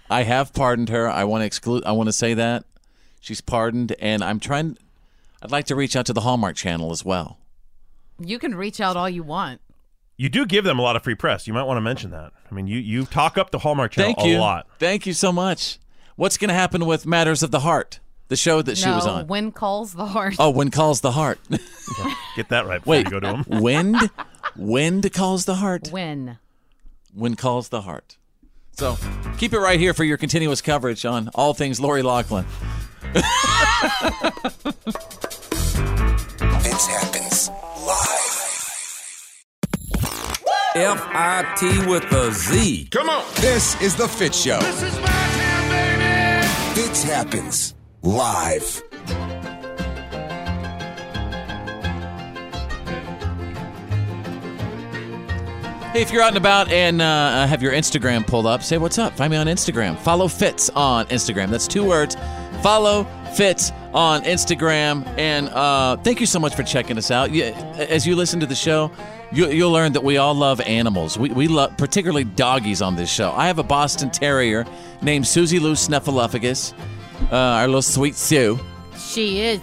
A: I have pardoned her. I want to exclude. I want to say that she's pardoned, and I'm trying. I'd like to reach out to the Hallmark Channel as well.
B: You can reach out all you want.
F: you do give them a lot of free press. You might want to mention that. I mean, you you talk up the Hallmark Channel
A: Thank you.
F: a lot.
A: Thank you so much. What's going to happen with Matters of the Heart, the show that she was
B: No,
A: on?
B: When calls the heart.
A: Oh, when calls the heart.
F: Get that right before
A: Wait,
F: you go to them.
A: Wind, wind calls the heart.
B: When.
A: When calls the heart. So keep it right here for your continuous coverage on all things Lori Lachlan.
N: Fitch happens live.
C: F I T with a Z.
N: Come on. This is the Fit Show. This is my town, baby. Fitch happens live.
A: Hey, if you're out and about and uh, have your Instagram pulled up, say what's up. Find me on Instagram. Follow Fitz on Instagram. That's two words. Follow Fitz on Instagram. And uh, thank you so much for checking us out. You, as you listen to the show, you, you'll learn that we all love animals. We, we love particularly doggies on this show. I have a Boston Terrier named Susie Lou Snuffleupagus, uh, our little sweet Sue.
B: She is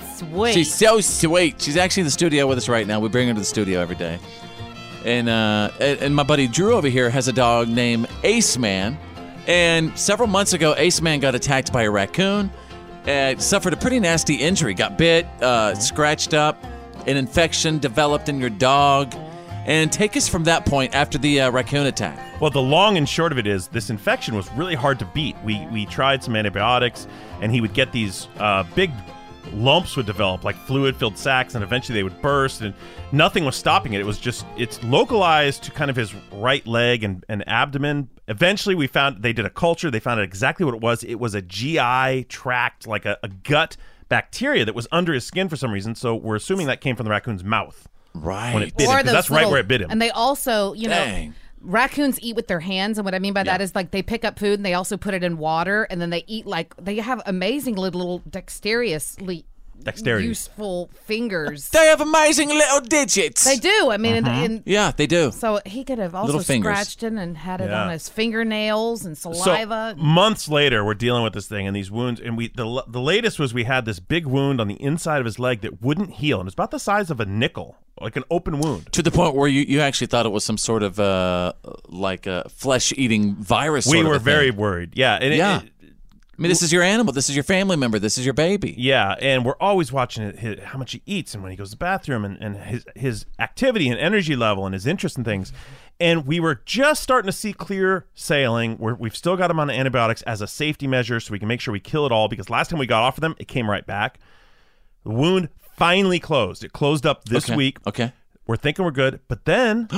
B: sweet.
A: She's so sweet. She's actually in the studio with us right now. We bring her to the studio every day. And uh, and and my buddy Drew over here has a dog named Ace Man. And several months ago, Ace Man got attacked by a raccoon. And suffered a pretty nasty injury. Got bit, uh, scratched up, an infection developed in your dog. And take us from that point after the uh, raccoon attack.
F: Well, the long and short of it is this infection was really hard to beat. We we tried some antibiotics, and he would get these uh, big lumps would develop, like fluid-filled sacs, and eventually they would burst, and nothing was stopping it. It was just it's localized to kind of his right leg and, and abdomen. Eventually, we found they did a culture. They found out exactly what it was. It was a GI tract, like a, a gut bacteria that was under his skin for some reason. So we're assuming that came from the raccoon's mouth.
A: Right.
F: When it bit him, 'cause
B: those
F: that's right
B: little-
F: where it bit him.
B: And they also, you know,
F: Dang.
B: raccoons eat with their hands. And what I mean by that
F: Yeah.
B: is like they pick up food and they also put it in water and then they eat like they have amazing little dexterously
A: Dexterity.
B: useful fingers.
A: They have amazing little digits.
B: They do. I mean, and-
F: Mm-hmm.
A: Mhm.
B: and,
A: yeah, they do.
B: so he could have also
A: Little fingers.
B: scratched it and had it
F: Yeah.
B: on his fingernails and saliva.
F: So months later, we're dealing with this thing and these wounds. And we the l- the latest was we had this big wound on the inside of his leg that wouldn't heal, and it's about the size of a nickel, like an open wound.
A: To the point where you, you actually thought it was some sort of uh, like a flesh eating virus.
F: We
A: sort of
F: were
A: a thing.
F: very worried. Yeah, and it-
A: yeah.
F: it-
A: I mean, this is your animal. This is your family member. This is your baby.
F: Yeah, and we're always watching it, hi- how much he eats and when he goes to the bathroom and, and his his activity and energy level and his interest in things. And we were just starting to see clear sailing. We're, we've still got him on antibiotics as a safety measure so we can make sure we kill it all because last time we got off of them, it came right back. The wound finally closed. It closed up this
A: Okay,
F: week.
A: Okay.
F: We're thinking we're good. But then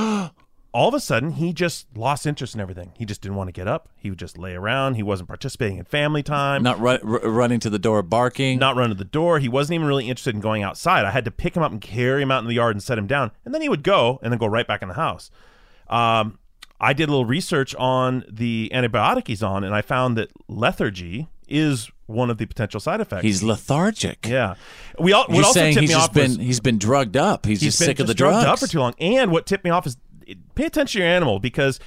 F: all of a sudden, he just lost interest in everything. He just didn't want to get up. He would just lay around. He wasn't participating in family time.
A: Not ru- r- running to the door, barking.
F: Not running to the door. He wasn't even really interested in going outside. I had to pick him up and carry him out in the yard and set him down. And then he would go and then go right back in the house. Um, I did a little research on the antibiotic he's on, and I found that lethargy is one of the potential side effects.
A: He's lethargic.
F: Yeah. We all, what
A: You're
F: also
A: saying
F: tipped
A: he's
F: me
A: just
F: off
A: been
F: was-
A: he's been drugged up. He's, just
F: been
A: sick of the
F: drugged
A: drugs.
F: up for too long. And what tipped me off is it- pay attention to your animal because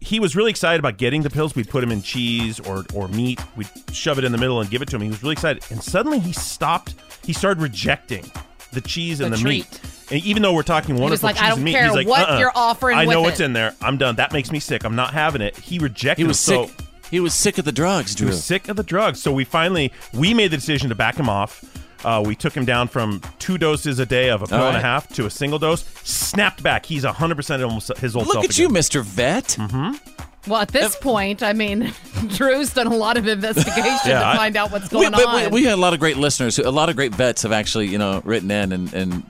F: he was really excited about getting the pills. We'd put him in cheese or or meat. We'd shove it in the middle and give it to him. He was really excited, and suddenly he stopped. He started rejecting the cheese and
B: The
F: the,
B: treat.
F: meat. And even though we're talking
B: He was
F: wonderful
B: like,
F: cheese
B: "I don't
F: and meat,
B: care
F: he's like,
B: what
F: "Uh-uh.
B: you're offering
F: I know
B: with
F: what's
B: it."
F: in there. I'm done. That makes me sick. I'm not having it. He rejected.
A: He was
F: him, so-
A: sick. He was sick of the drugs,
F: he
A: Drew.
F: was sick of the drugs. So we finally we made the decision to back him off. Uh, we took him down from two doses a day of a pill
A: All
F: and a
A: right.
F: half to a single dose. Snapped back. He's hundred percent his old
A: Look
F: self.
A: at you, Mister Vet.
F: Mm-hmm.
B: well, at this point, I mean, Drew's done a lot of investigation
A: Yeah,
B: to
A: I-
B: find out what's
A: We,
B: going
A: but
B: on.
A: we, we had a lot of great listeners. who- A lot of great vets have actually, you know, written in and, and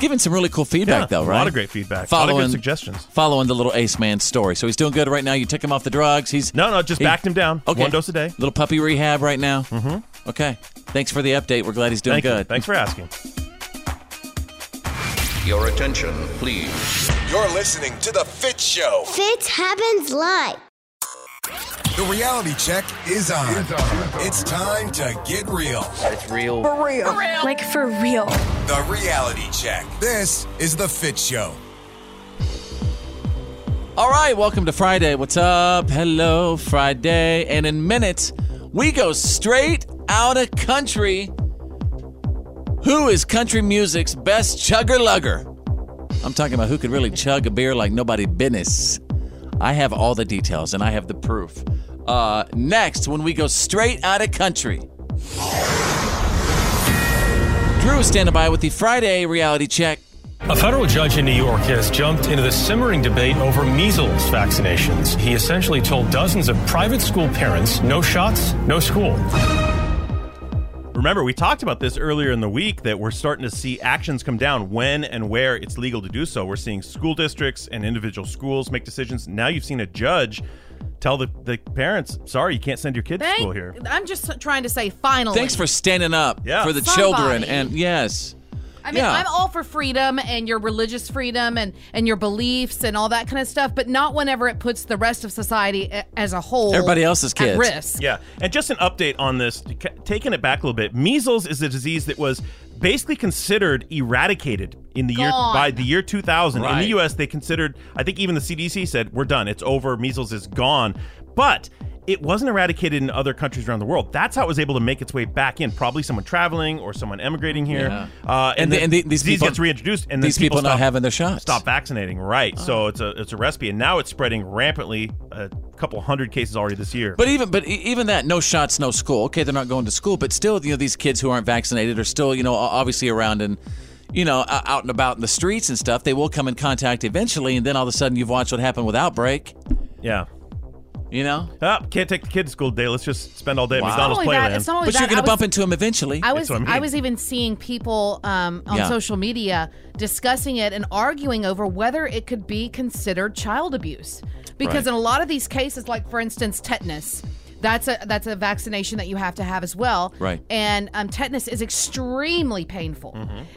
A: given some really cool feedback,
F: Yeah,
A: though,
F: a
A: right?
F: lot of great feedback. A lot of
A: Following
F: good suggestions.
A: Following the little Ace Man story, so he's doing good right now. You took him off the drugs. He's
F: no, no, just backed him down.
A: Okay,
F: One dose a day.
A: Little puppy rehab right now. Mm-hmm. Okay, thanks for the update. We're glad he's doing
F: Thank you.
A: good.
F: Thanks for asking.
C: Your attention, please.
N: You're listening to the Fit Show.
D: Fit happens live.
N: The reality check is on. It's, time to get real. It's real.
J: For real. Like for real.
N: The reality check. This is the Fit Show.
A: All right, welcome to Friday. What's up? Hello, Friday. And in minutes, we go straight out of country. Who is country music's best chugger lugger? I'm talking about who could really chug a beer like nobody business. I have all the details and I have the proof. Uh, next, when we go straight out of country, Drew is standing by with the Friday reality check.
Z: A federal judge in New York has jumped into the simmering debate over measles vaccinations. He essentially told dozens of private school parents no shots, no school.
F: Remember, we talked about this earlier in the week that we're starting to see actions come down when and where it's legal to do so. We're seeing school districts and individual schools make decisions. Now you've seen a judge tell the, the parents, sorry, you can't send your kid to
B: Thank-
F: school here.
B: I'm just trying to say finally.
A: Thanks for standing up
F: Yeah.
A: for the
B: Somebody.
A: children. And yes.
B: I mean,
A: yeah.
B: I'm all for freedom and your religious freedom and, and your beliefs and all that kind of stuff, but not whenever it puts the rest of society a- as a whole at risk.
F: Yeah. And just an update on this, c- taking it back a little bit. Measles is a disease that was basically considered eradicated in the year
B: Gone.
F: by the year 2000 in
A: Right.
F: the US they considered I think even the CDC said we're done it's over measles is gone but it wasn't eradicated in other countries around the world that's how it was able to make its way back in probably someone traveling or someone emigrating here
A: Yeah.
F: uh,
A: And the- and the- these
F: disease
A: people-
F: gets reintroduced and then
A: these people not
F: stop-
A: having their shots. Oh.
F: stop vaccinating right so it's a it's a recipe and now it's spreading rampantly a couple hundred cases already this year
A: But even but e- even that no shots no school. Okay, they're not going to school, but still you know these kids who aren't vaccinated are still you know o- obviously around and you know o- out and about in the streets and stuff. They will come in contact eventually, and then all of a sudden you've watched what happened with outbreak.
F: Yeah.
A: You know?
F: Oh, can't take the kids to school today. Let's just spend all day at
A: Wow.
F: McDonald's
B: Not only that,
F: Playland.
B: it's not only But you're that, gonna I was- bump
A: into them eventually.
B: I was I, was even seeing people um, on
F: Yeah.
B: social media discussing it and arguing over whether it could be considered child abuse because
J: Right.
B: in a lot of these cases, like for instance tetanus, that's a that's a vaccination that you have to have as well.
J: Right.
B: And um, tetanus is extremely painful,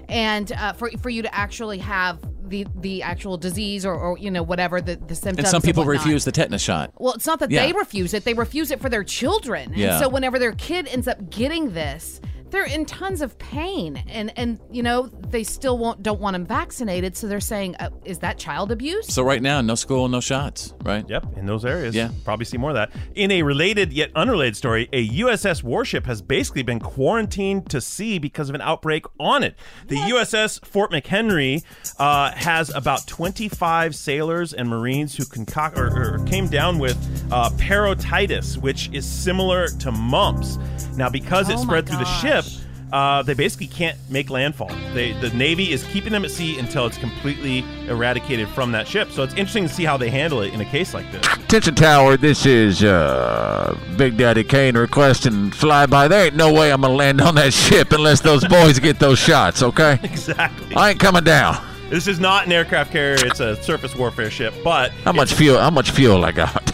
B: and uh, for for you to actually have the the actual disease or, or you know whatever the the symptoms.
A: And some people
B: whatnot.
A: refuse the tetanus shot.
B: Well, it's not that
A: Yeah.
B: they refuse it; they refuse it for their children.
A: Yeah.
B: And so, whenever their kid ends up getting this, they're in tons of pain, and and you know they still won't don't want them vaccinated. So they're saying, uh, "Is that child abuse?"
A: So right now, no school, no shots, right?
F: Yep, in those areas. Yeah. Probably see more of that. In a related yet unrelated story, a USS warship has basically been quarantined to sea because of an outbreak on it. The USS Fort McHenry uh, has about 25 sailors and Marines who concoct or, or came down with uh, parotitis, which is similar to mumps. Now, because it
K: Oh my
F: spread through the ship, uh, they basically can't make landfall. They, the Navy is keeping them at sea until it's completely eradicated from that ship. So it's interesting to see how they handle it in a case like this.
U: Attention Tower, this is uh, Big Daddy Kane requesting flyby. There ain't no way I'm gonna land on that ship unless those boys get those shots, okay?
F: Exactly.
U: I ain't coming down.
F: This is not an aircraft carrier; it's a surface warfare ship. But
U: How much fuel how much fuel I got?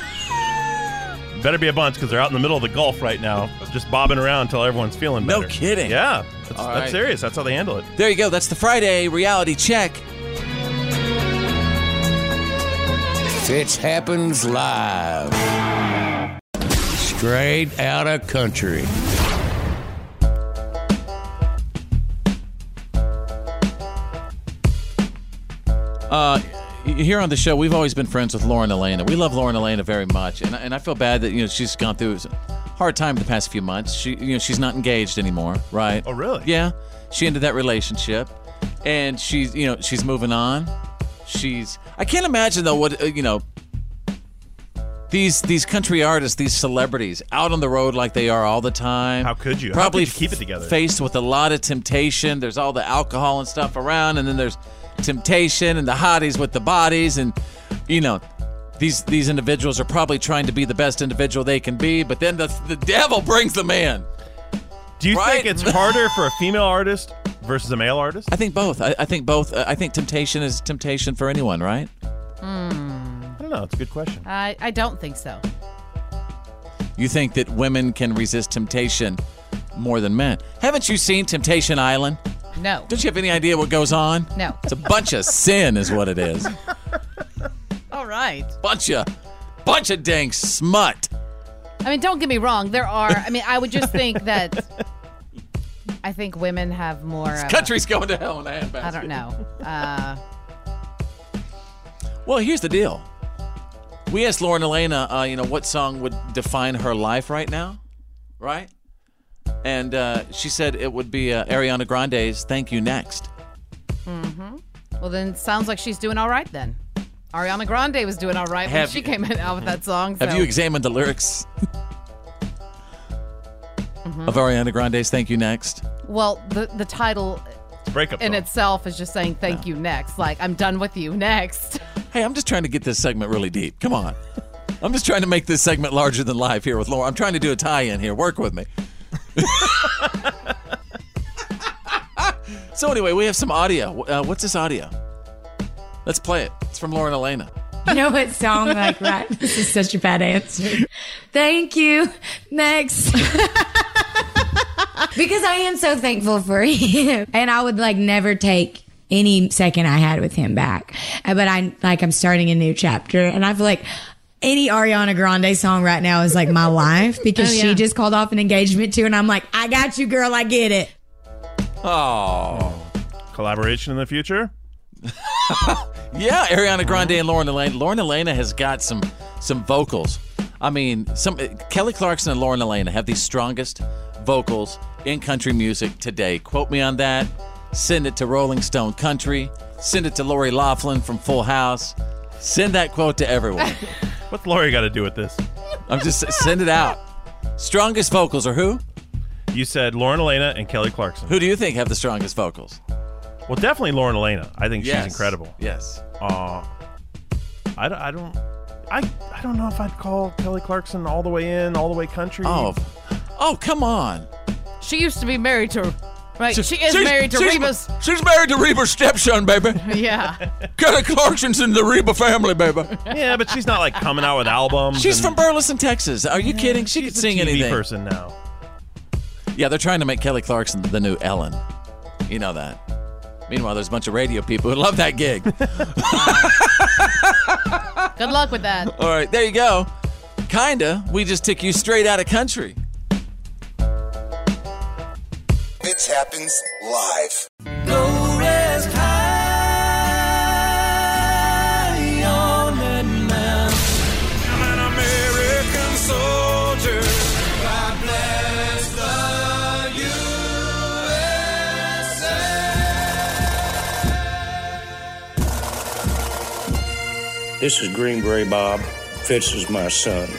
F: better be a bunch because they're out in the middle of the Gulf right now, just bobbing around until everyone's feeling better. No
A: kidding.
F: Yeah, that's,
A: All
F: that's
A: right.
F: serious. That's how they handle it.
A: There you go. That's the Friday reality check.
U: Fitch happens live. Straight out of country.
A: Uh, here on the show, we've always been friends with Lauren Elena. We love Lauren Elena very much, and I, and I feel bad that you know she's gone through a hard time the past few months. She you know she's not engaged anymore, right? Oh,
F: really?
A: Yeah, she ended that relationship, and she's you know she's moving on. She's I can't imagine though what uh, you know these these country artists, these celebrities, out on the road like they are all the time. How
F: could you? How
A: Probably
F: could you keep it together?
A: Faced with a lot of temptation. There's all the alcohol and stuff around, and then there's temptation and the hotties with the bodies, and you know. These, these individuals are probably trying to be the best individual they can be, but then the, the devil brings them in.
F: Do you think it's harder for a female artist versus a male artist?
A: I think both. I, I think both. Uh, I think temptation is temptation for anyone, right?
B: Hmm.
F: I don't know. It's a good question.
B: I I don't think so.
A: You think that women can resist temptation more than men. Haven't you seen Temptation Island?
B: No.
A: Don't you have any idea what goes on?
B: No.
A: It's a bunch of sin, is what it is.
B: All right.
A: Bunch of, bunch of dang smut.
B: I mean, don't get me wrong. There are. I mean, I would just think that. I think women have more. of a-
A: country's going to hell in a handbasket.
B: I don't know. Uh,
A: Well, here's the deal. We asked Lauren Elena, uh, you know, what song would define her life right now, right? And uh, she said it would be uh, Ariana Grande's "Thank You Next."
B: hmm Well, then it sounds like she's doing all right then. Ariana Grande was doing all right
A: Have-
B: when she came in out with that song.
A: Have
B: so-
A: you examined the lyrics
B: Mhm.
A: of Ariana Grande's "Thank You Next"?
B: Well, the the title
F: breakup
A: Oh.
B: in itself is just saying thank you next. Like I'm done with you next.
A: Hey, I'm just trying to get this segment really deep. Come on. I'm just trying to make this segment larger than life here with Laura. I'm trying to do a tie in here. Work with me. so, anyway, we have some audio. Uh, what's this audio? Let's play it. It's from Lauren Elena.
K: You know what song like that? This is such a bad answer. Thank you. Next. because I am so thankful for him. And I would like never take any second I had with him back. Uh, But I like I'm starting a new chapter and I feel like any Ariana Grande song right now is like my life because
A: Oh, yeah.
K: she just called off an engagement too and I'm like, I got you girl, I get it.
A: Oh.
F: Collaboration in the future?
A: Yeah, Ariana Grande and Lauren Elena. Lauren Elena has got some some vocals. I mean, some Kelly Clarkson and Lauren Elena have the strongest vocals in country music today. Quote me on that. Send it to Rolling Stone Country. Send it to Lori Laughlin from Full House. Send that quote to everyone.
F: What's Lori got to do with this?
A: I'm just send it out. Strongest vocals are who?
F: You said Lauren Elena and Kelly Clarkson.
A: Who do you think have the strongest vocals?
F: Well, definitely Lauren Elena. I think
A: Yes.
F: she's incredible.
A: Yes.
F: Uh, I, don't- I don't. I, I don't know if I'd call Kelly Clarkson all the way in, all the way country.
A: Oh, oh, come on.
B: She used to be married to, right? She, is
A: she's-
B: married to
A: she's-
B: Rebus.
A: She's married to Reba's stepson, baby.
B: Yeah.
A: Kelly Clarkson's in the Reba family, baby.
F: Yeah, but she's not like coming out with albums.
A: She's
F: and-
A: from Burleson, Texas. Are you kidding? She could
F: a
A: sing
F: TV
A: anything.
F: person now.
A: Yeah, they're trying to make Kelly Clarkson the new Ellen. You know that. Meanwhile, there's a bunch of radio people who love that gig.
B: Good luck with that.
A: All right, there you go. Kinda. We just took you straight out of country.
N: Fitch happens live.
Q: Go rest high on that mountain. I'm an American soldier. God bless the USA.
O: This is Greenberry Bob. Fitz is my son.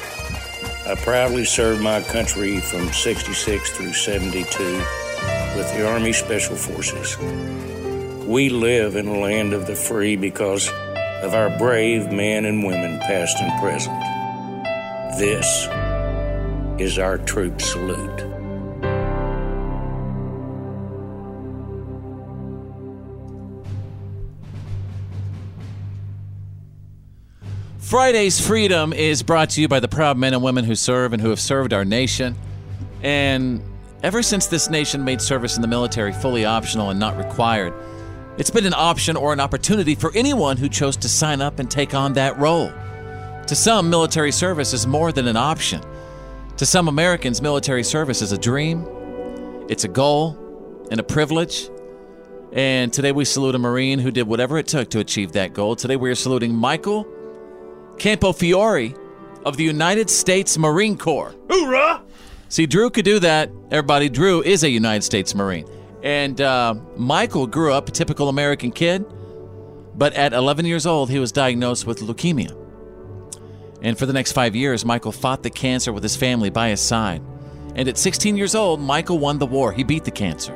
O: I proudly served my country from 66 through 72 with the Army Special Forces. We live in a land of the free because of our brave men and women, past and present. This is our troop salute.
A: Friday's Freedom is brought to you by the proud men and women who serve and who have served our nation. And ever since this nation made service in the military fully optional and not required, it's been an option or an opportunity for anyone who chose to sign up and take on that role. To some, military service is more than an option. To some Americans, military service is a dream, it's a goal, and a privilege. And today we salute a Marine who did whatever it took to achieve that goal. Today we are saluting Michael Campo Fiore of the United States Marine Corps.
F: Hoorah!
A: See, Drew could do that. Everybody, Drew is a United States Marine. And uh, Michael grew up a typical American kid, but at 11 years old, he was diagnosed with leukemia. And for the next five years, Michael fought the cancer with his family by his side. And at 16 years old, Michael won the war. He beat the cancer.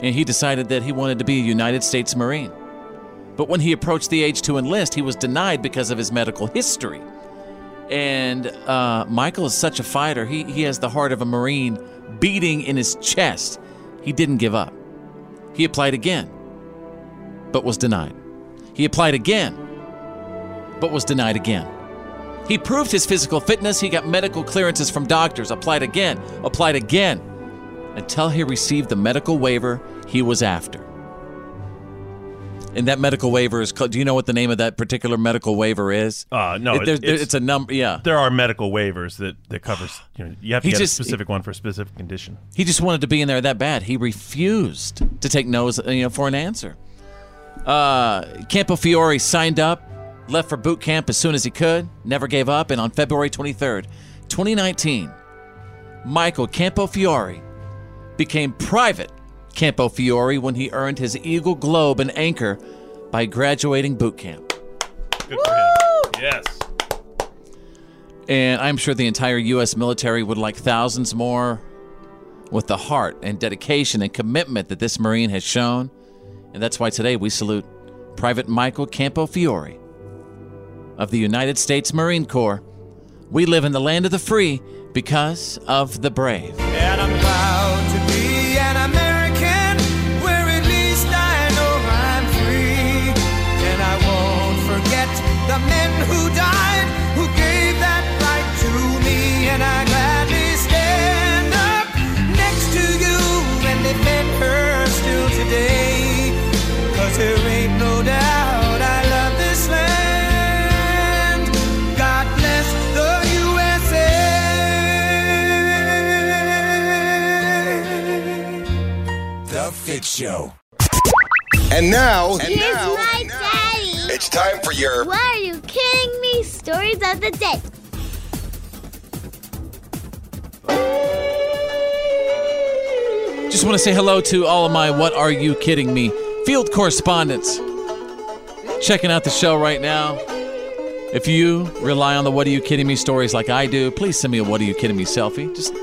A: And he decided that he wanted to be a United States Marine. But when he approached the age to enlist, he was denied because of his medical history. And uh, Michael is such a fighter. He, he has the heart of a Marine beating in his chest. He didn't give up. He applied again, but was denied. He applied again, but was denied again. He proved his physical fitness. He got medical clearances from doctors, applied again, applied again, until he received the medical waiver he was after. And that medical waiver is called. Do you know what the name of that particular medical waiver is?
F: Uh, no,
A: It-
F: it-
A: there- there-
F: it's-
A: it's a number. Yeah,
F: There are medical waivers that that covers. You know, you have to
A: He
F: get
A: just-
F: a specific one for a specific condition.
A: He just wanted to be in there that bad. He refused to take no as, you know, for an answer. Uh, Campo Fiore signed up, left for boot camp as soon as he could, never gave up, and on February 23rd, 2019, Michael Campo Fiore became Private Campo Fiore when he earned his Eagle Globe and Anchor by graduating boot camp.
F: Good for him. Yes.
A: And I'm sure the entire U.S. military would like thousands more with the heart and dedication and commitment that this Marine has shown. And that's why today we salute Private Michael Campofiore of the United States Marine Corps. We live in the land of the free because of the brave.
Q: And I'm proud to be an American, where at least I know I'm free. And I won't forget the men who died, who gave that right to me. And I gladly stand up next to you and defend her still today. Cause there ain't no doubt I love this land. God bless the USA.
N: The Fit Show. And now, and
D: Here's
N: now,
D: my daddy.
N: it's time for your
D: Why are you kidding me? Stories of the day.
A: Just want to say hello to all of my What Are You Kidding Me field correspondents checking out the show right now. If you rely on the What Are You Kidding Me stories like I do, please send me a What Are You Kidding Me selfie. Just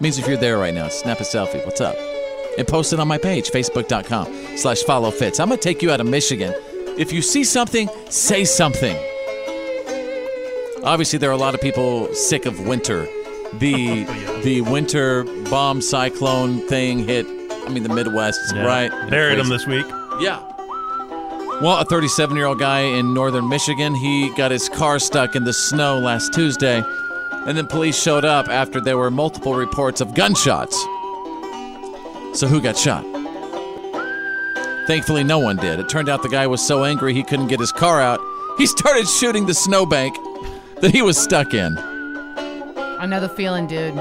A: means if you're there right now, snap a selfie. What's up? And post it on my page, facebook.com slash follow fits. I'm going to take you out of Michigan. If you see something, say something. Obviously, there are a lot of people sick of winter.
F: Oh,
A: The the winter bomb cyclone thing hit. I mean, the Midwest,
F: Yeah.
A: right?
F: Buried 'em this week.
A: Yeah. Well, a 37 year old guy in northern Michigan, he got his car stuck in the snow last Tuesday, and then police showed up after there were multiple reports of gunshots. So, who got shot? Thankfully, no one did. It turned out the guy was so angry he couldn't get his car out, he started shooting the snowbank that he was stuck in.
B: I know the feeling, dude.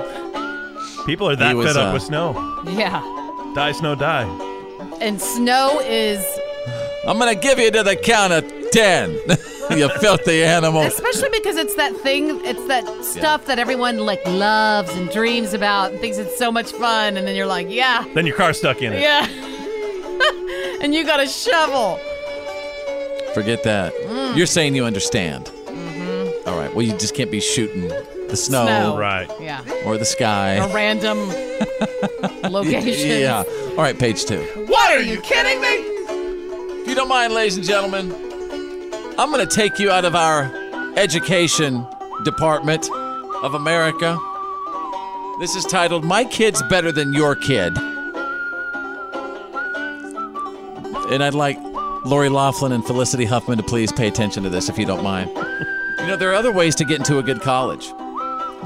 F: People are that
A: He was,
F: fed up
A: uh,
F: with snow.
B: Yeah.
F: Die, snow, die.
B: And snow is
A: I'm gonna give you to the count of 10, you filthy animal.
B: Especially because it's that thing, it's that stuff that everyone like loves and dreams about and thinks it's so much fun, and then you're like, yeah,
F: Then your car's stuck in it.
B: yeah, and you got a shovel.
A: Forget that.
B: Mm. Mm-hmm.
A: You're saying you understand. All right. Well, you just can't be shooting the snow,
B: Snow. Right. Yeah.
A: or the sky.
B: A random location.
A: Yeah. All right. Page two.
B: What are you kidding me?
A: If you don't mind, ladies and gentlemen, I'm going to take you out of our education department of America. This is titled My Kid's Better Than Your Kid. And I'd like Lori Laughlin and Felicity Huffman to please pay attention to this if you don't mind. You know, there are other ways to get into a good college.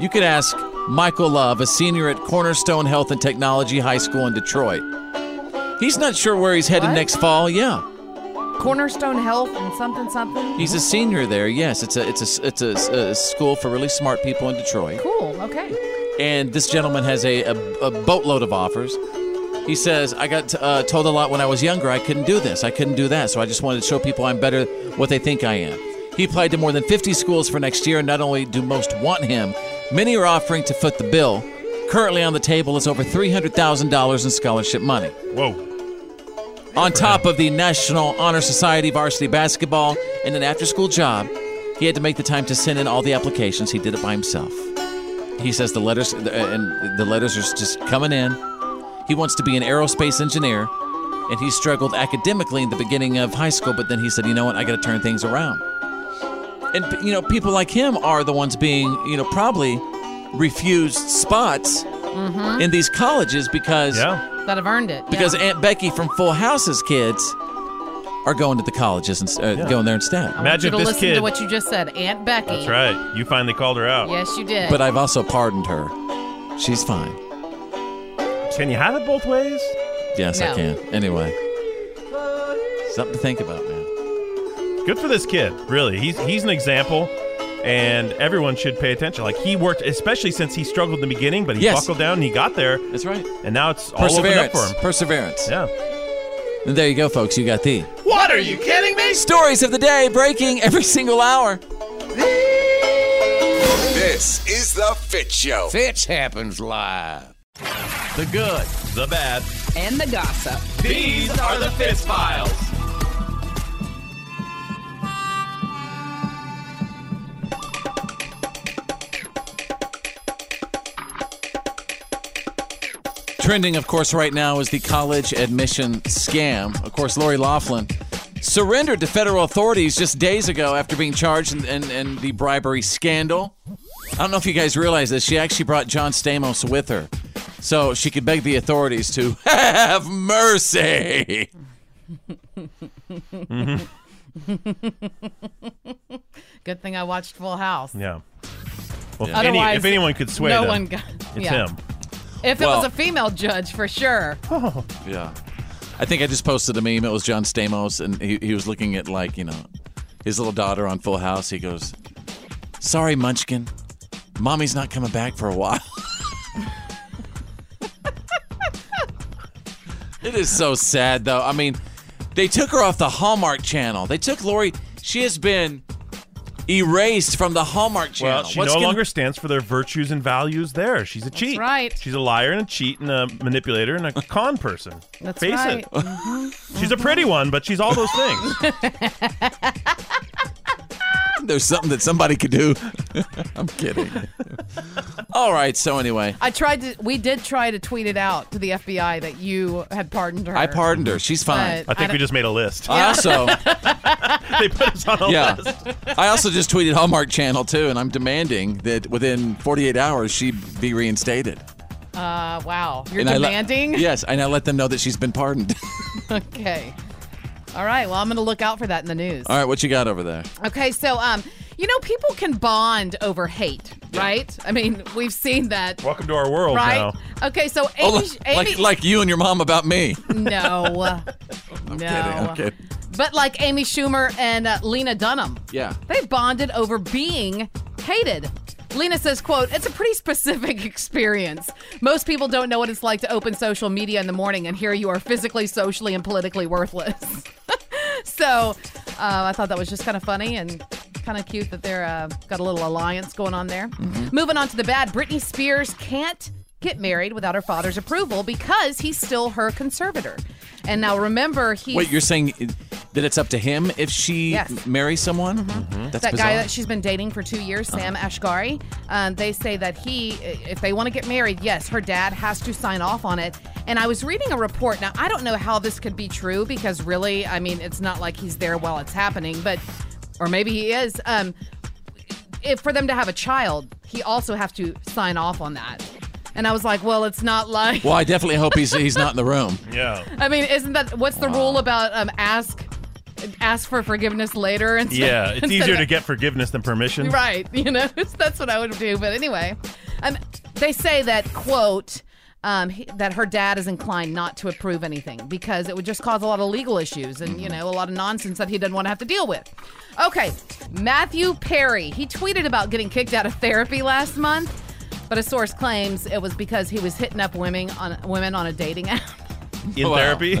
A: You could ask Michael Love, a senior at Cornerstone Health and Technology High School in Detroit. He's not sure where he's headed
B: What?
A: next fall. Yeah.
B: Cornerstone Health and something something.
A: He's a senior there. Yes, it's a it's a it's a, a school for really smart people in Detroit.
B: cool. Okay.
A: And this gentleman has a a, a boatload of offers. He says, "I got uh, told a lot when I was younger. I couldn't do this. I couldn't do that. So I just wanted to show people I'm better what they think I am." He applied to more than 50 schools for next year. and Not only do most want him, many are offering to foot the bill. Currently on the table is over $300,000 in scholarship money.
F: Whoa.
A: On top of the National Honor Society varsity basketball and an after school job, he had to make the time to send in all the applications. He did it by himself. He says the letters and the letters are just coming in. He wants to be an aerospace engineer, and he struggled academically in the beginning of high school, but then he said, "You know what? I got to turn things around." And you know, people like him are the ones being, you know, probably refused spots
B: Mm-hmm.
A: in these colleges because
B: that have earned it.
A: because Aunt Becky from Full House's kids are going to the colleges and uh,
F: Yeah.
A: going there instead.
B: I want you to listen to what you just said, Aunt Becky.
F: That's right. You finally called her out.
B: Yes, you did.
A: But I've also pardoned her. She's fine.
F: Can you have it both ways?
A: Yes,
F: No.
A: I can. Anyway, something to think about, man.
F: Good for this kid, really. He's he's an example, and everyone should pay attention. Like he worked, especially since he struggled in the beginning, but he
A: Yes.
F: buckled down and he got there.
A: That's right.
F: And now it's all opened up
A: Perseverance.
F: for him.
A: Perseverance.
F: Yeah.
A: And there you go, folks. You got the
Q: What are you kidding me?
A: stories of the day breaking every single hour.
N: This is the Fit Show.
C: Fitch happens live.
F: The good, the bad.
J: And the gossip.
C: These are the Fitz Files.
A: Trending, of course, right now is the college admission scam. Of course, Lori Laughlin surrendered to federal authorities just days ago after being charged in, in, in the bribery scandal. I don't know if you guys realize this. She actually brought John Stamos with her so she could beg the authorities to have mercy.
F: Mhm.
B: Good thing I watched Full House.
F: Yeah. Well, if, any,
B: Otherwise,
F: if anyone could sway
B: no
F: them,
B: one got-
F: it's
B: yeah.
F: him.
B: If it
A: Well-
B: was a female judge, for sure.
A: Yeah. I think I just posted a meme. It was John Stamos, and he, he was looking at, like, you know, his little daughter on Full House. He goes, Sorry, Munchkin. Mommy's not coming back for a while. it is so sad, though. I mean, they took her off the Hallmark channel. They took Lori. She has been erased from the Hallmark channel.
F: Well, she
A: What's
F: no
A: gonna-
F: longer stands for their virtues and values there. She's a cheat.
B: right.
F: She's a liar and a cheat and a manipulator and a con person.
B: That's
F: Face
B: right.
F: it. She's a pretty one, but she's all those things.
A: There's something that somebody could do. I'm kidding. All right. So, anyway.
B: I tried to. We did try to tweet it out to the FBI that you had pardoned her.
A: I pardoned her. She's fine.
B: But I think I we don't-
F: just made a list.
A: I also,
F: they put us on a
A: yeah,
F: list.
A: I also just tweeted Hallmark Channel too, and I'm demanding that within 48 hours she be reinstated.
B: Uh, wow. You're
A: And I let-
B: demanding.
A: yes, and I let them know that she's been pardoned.
B: okay. All right. Well, I'm gonna look out for that in the news.
A: All right, what you got over there?
B: Okay, so um, you know, people can bond over hate, right? I mean, we've seen that,
F: Welcome to our world
B: right?
A: now.
B: Okay, so Amy,
A: Oh, like,
B: Amy
A: like like you and your mom about me.
B: no, no,
A: Kidding, I'm kidding.
B: but like Amy Schumer and uh, Lena Dunham,
A: Yeah.
B: they bonded over being hated. Lena says, quote, it's a pretty specific experience. Most people don't know what it's like to open social media in the morning and here you are physically, socially, and politically worthless. so uh, I thought that was just kind of funny and kind of cute that they're uh, got a little alliance going on there.
A: Mm-hmm.
B: Moving on to the bad, Britney Spears can't get married without her father's approval because he's still her conservator. And now remember, he
A: Wait, you're saying that it's up to him if she
B: Yes. Mm-hmm.
A: marries someone? Mm-hmm. That's
B: that
A: bizarre.
B: guy that she's been dating for two years,
F: Uh-huh.
B: Sam Ashgari. Um, they say that he, if they want to get married, yes, her dad has to sign off on it. And I was reading a report. Now, I don't know how this could be true because really, I mean, it's not like he's there while it's happening, but, or maybe he is. Um, if for them to have a child, he also has to sign off on that. And I was like, well, it's not like.
A: well, I definitely hope he's he's not in the room.
F: Yeah.
B: I mean, isn't that what's the rule about um, ask ask for forgiveness later? Instead,
F: Yeah, it's
B: instead
F: easier
B: of-
F: to get forgiveness than permission.
B: Right. You know, that's what I would do. But anyway, um, they say that, quote, um, he, that her dad is inclined not to approve anything because it would just cause a lot of legal issues and, you know, a lot of nonsense that he didn't want to have to deal with. Okay. Matthew Perry, he tweeted about getting kicked out of therapy last month, but a source claims it was because he was hitting up women on, women on a dating app.
F: In therapy?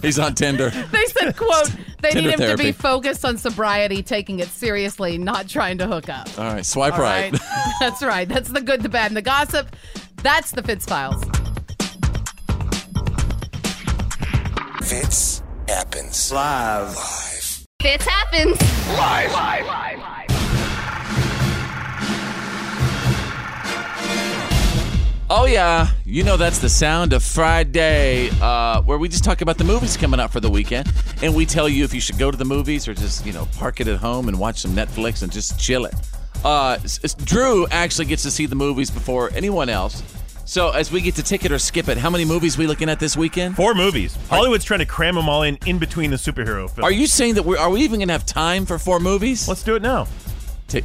A: he's on Tinder.
B: They said, quote, they
A: Tinder
B: need him to
A: therapy.
B: be focused on sobriety, taking it seriously, not trying to hook up.
A: All right, swipe
B: All
A: right.
B: right. That's right. That's the good, the bad, and the gossip. That's the Fitz Files.
N: Fits happens live. Live.
J: Fits happens.
N: Live.
A: Oh yeah, you know that's the sound of Friday, uh, where we just talk about the movies coming out for the weekend, and we tell you if you should go to the movies or just you know park it at home and watch some Netflix and just chill it. Uh, s- s- Drew actually gets to see the movies before anyone else, so as we get to ticket or skip it, how many movies we looking at this weekend?
F: Four movies. Hollywood's trying to cram them all in in between the superhero films.
A: Are you saying that we are we even gonna have time for four movies? Let's
F: do it now.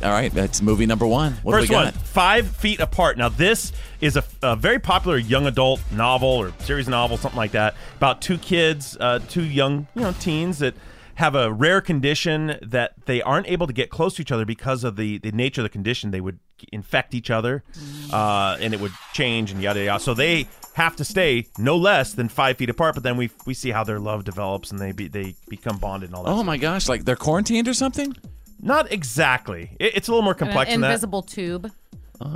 A: all right, that's movie number one. What do
F: First
A: we
F: one,
A: got?
F: Five Feet Apart. Now, this is a, a very popular young adult novel or series novel, something like that, about two kids, uh, two young you know teens that have a rare condition that they aren't able to get close to each other because of the, the nature of the condition. They would infect each other, uh, and it would change and yada yada. So they have to stay no less than five feet apart. But then we we see how their love develops and they be, they become bonded and all that.
A: Oh my gosh, like they're quarantined or something?
F: Not exactly. It, it's a little more
A: uh,
F: complex
B: An
F: than that.
B: invisible tube.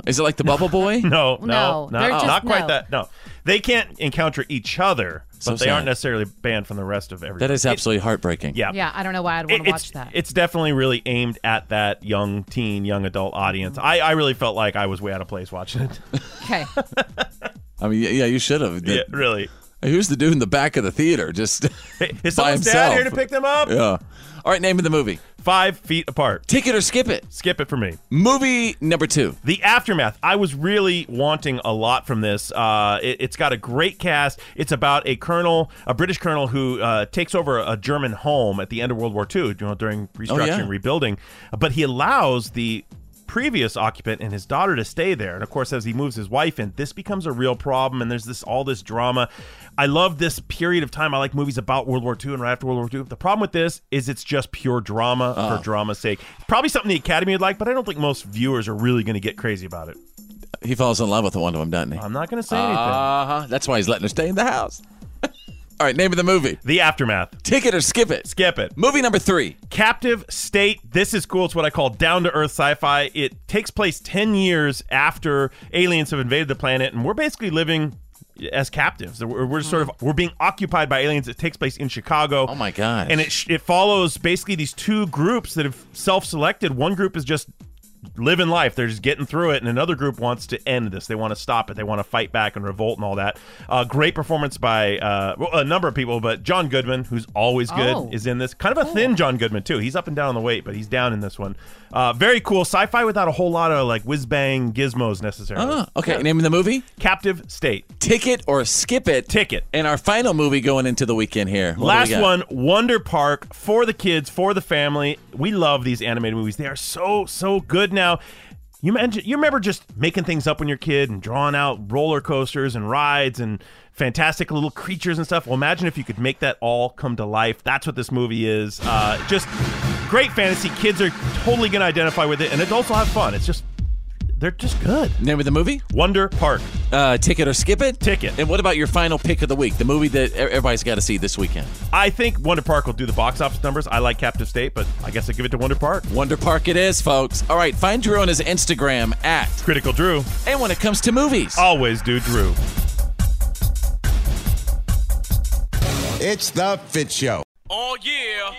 A: Is it like the Bubble Boy?
F: no, no,
B: No,
F: no,
B: they're
F: not
B: just-
F: quite
B: no.
F: that. No, they can't encounter each other, but
A: So
F: they
A: sad.
F: aren't necessarily banned from the rest of everything.
A: That is
F: It-
A: absolutely heartbreaking.
F: yeah,
B: Yeah, I don't know why I'd
F: It-
B: want to watch that.
F: It's definitely really aimed at that young
B: Mm-hmm.
F: teen, young adult audience. I, I really felt like I was way out of place watching it.
B: Okay.
A: I mean, yeah, yeah, you should have.
F: Yeah, really.
A: Who's the dude in the back of the theater just
F: Is
A: by
F: someone's
A: himself?
F: dad here to pick them up?
A: Yeah. All right, name of the movie.
F: Five feet apart.
A: Take it or skip it.
F: Skip it for me.
A: Movie number two.
F: The Aftermath. I was really wanting a lot from this. Uh, it, has got a great cast. It's about a colonel, a British colonel, who uh, takes over a German home at the end of World War II you know, during restructuring,
A: yeah.
F: rebuilding. But he allows the previous occupant and his daughter to stay there. And of course, as he moves his wife in, this becomes a real problem. And there's this all this drama. I love this period of time. I like movies about World War II and right after World War II. The problem with this is it's just pure drama for drama's sake. Probably something the Academy would like, but I don't think most viewers are really going to get crazy about it.
A: He falls in love with one of them, doesn't he? I'm
F: not going to say anything.
A: Uh huh. That's why he's letting her stay in the house. All right, name of the movie.
F: The Aftermath.
A: Take it or skip it.
F: Skip it.
A: Movie number three.
F: Captive State. This is cool. It's what I call down to earth sci fi. It takes place 10 years after aliens have invaded the planet, and we're basically living as captives. We're, we're sort of we're being occupied by aliens. It takes place in Chicago. Oh
A: my gosh.
F: And it sh- it follows basically these two groups that have self-selected. One group is just living life. They're just getting through it, and another group wants to end this. They want to stop it. They want to fight back and revolt and all that. Uh, great performance by uh, well, a number of people, but John Goodman, who's always good,
M: Oh.
F: is in this. Kind of a thin John Goodman too. He's up and down on the weight, but he's down in this one. Uh, very cool sci-fi without a whole lot of like whiz bang gizmos necessarily.
A: Ah, okay, name of the movie?
F: Captive State.
A: Ticket or skip it.
F: Ticket.
A: And our final movie going into the weekend here. What do we
F: Last
A: got?
F: one, Wonder Park for the kids, for the family. We love these animated movies. They are so so good now. You mentioned you remember just making things up when you're a kid and drawing out roller coasters and rides and fantastic little creatures and stuff. Well, imagine if you could make that all come to life. That's what this movie is. Uh, just great fantasy. Kids are totally going to identify with it, and adults will have fun. It's just they're just good.
A: Name of the movie?
F: Wonder Park.
A: Uh, ticket or skip it?
F: Ticket.
A: And what about your final pick of the week? The movie that e- everybody's got to see this weekend.
F: I think Wonder Park will do the box office numbers. I like Captive State, but I guess I give it to Wonder Park.
A: Wonder Park it is, folks. All right, find Drew on his Instagram at
F: Critical Drew.
A: And when it comes to movies,
F: always do Drew.
N: It's the Fit Show.
C: Oh yeah.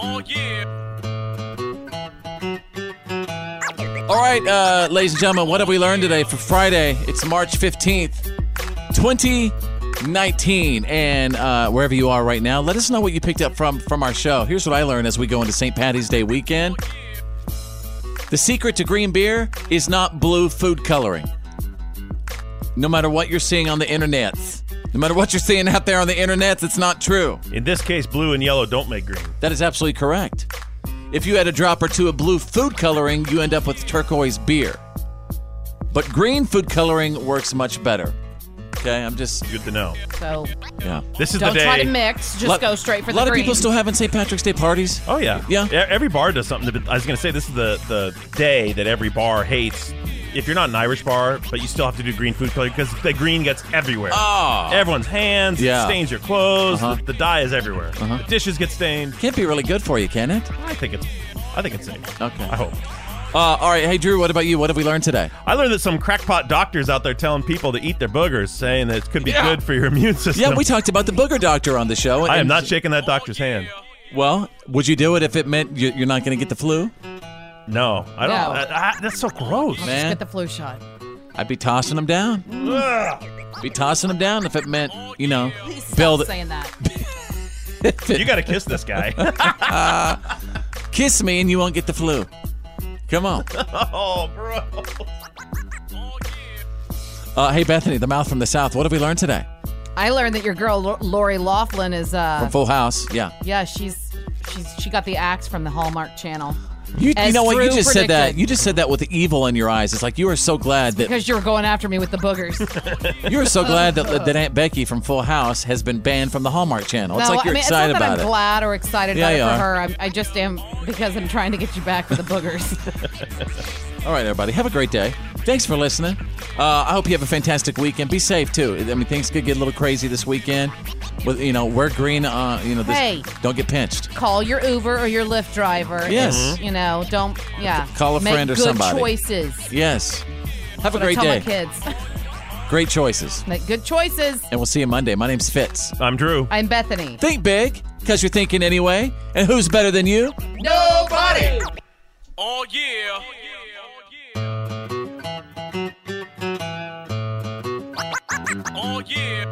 C: Oh yeah.
A: All right, uh, ladies and gentlemen, what have we learned today for Friday? It's March 15th, 2019. And uh, wherever you are right now, let us know what you picked up from, from our show. Here's what I learned as we go into St. Patty's Day weekend The secret to green beer is not blue food coloring. No matter what you're seeing on the internet, no matter what you're seeing out there on the internet, it's not true.
F: In this case, blue and yellow don't make green.
A: That is absolutely correct. If you add a drop or two of blue food coloring, you end up with turquoise beer. But green food coloring works much better. Okay, I'm just
F: good to know.
B: So
A: Yeah,
F: This is
B: don't
F: the day.
B: try to mix. Just
A: Lot-
B: go straight for
A: A
B: the
A: lot of
B: green.
A: people still having St. Patrick's Day parties.
F: Oh yeah,
A: yeah.
F: Every bar does something. To, I was gonna say this is the the day that every bar hates. If you're not an Irish bar, but you still have to do green food coloring because the green gets everywhere.
A: Oh.
F: Everyone's hands.
A: Yeah.
F: It stains your clothes.
A: Uh-huh.
F: The, the dye is everywhere. The dishes get stained.
A: Can't be really good for you, can it?
F: I think it's. I think it's safe.
A: Okay.
F: I hope.
A: Uh, all right, hey Drew, what about you? What have we learned today?
F: I learned that some crackpot doctors out there telling people to eat their boogers, saying that it could be
A: Yeah.
F: good for your immune system.
A: Yeah, we talked about the booger doctor on the show.
F: I am
A: and-
F: not shaking that doctor's hand.
A: Well, would you do it if it meant you- you're not going to get the flu?
F: No, I don't.
B: No.
F: I- I- that's so gross,
B: Just
A: man.
B: get the flu shot.
A: I'd be tossing them down. Be tossing them down if it meant you know
B: Stop
A: build.
B: saying that.
F: you got to kiss this guy.
A: Kiss me and you won't get the flu. Come on.
F: oh, bro.
A: Uh, hey Bethany, the mouth from the south. What have we learned today
B: I learned that your girl Lo- Lori Laughlin is uh
A: from Full House? Yeah.
B: yeah she's she's she got the axe from the Hallmark Channel.
A: You, you
B: As
A: know what? You
B: Drew
A: just said that.
B: predicted.
A: You just said that with evil in your eyes. It's like you are so glad that
B: because you were going after me with the boogers.
A: you are so glad that, that Aunt Becky from Full House has been banned from the Hallmark Channel. it's
B: no,
A: like you're
B: I mean,
A: excited
B: it's not that
A: about
B: I'm
A: it.
B: glad or excited
A: Yeah,
B: about
A: you
B: it for
A: are.
B: her. I'm, I just am because I'm trying to get you back for the boogers.
A: All right, everybody, have a great day. Thanks for listening. Uh, I hope you have a fantastic weekend. Be safe too. I mean, things could get a little crazy this weekend. With you know, wear green. Uh, you know, this,
B: Hey.
A: don't get pinched.
B: Call your Uber or your Lyft driver.
A: Yes.
B: and, you know, don't. Yeah.
A: Call a
B: Make
A: friend or
B: good
A: somebody.
B: choices.
A: Yes. Have a
B: That's
A: great
B: what I
A: day.
B: tell my kids.
A: Great choices.
B: Make good choices.
A: And we'll see you Monday. My name's Fitz.
F: I'm Drew.
B: I'm Bethany.
A: Think big, because you're thinking anyway. And who's better than you?
B: Nobody.
C: Oh yeah. Oh yeah.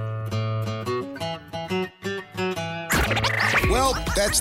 N: Well, that's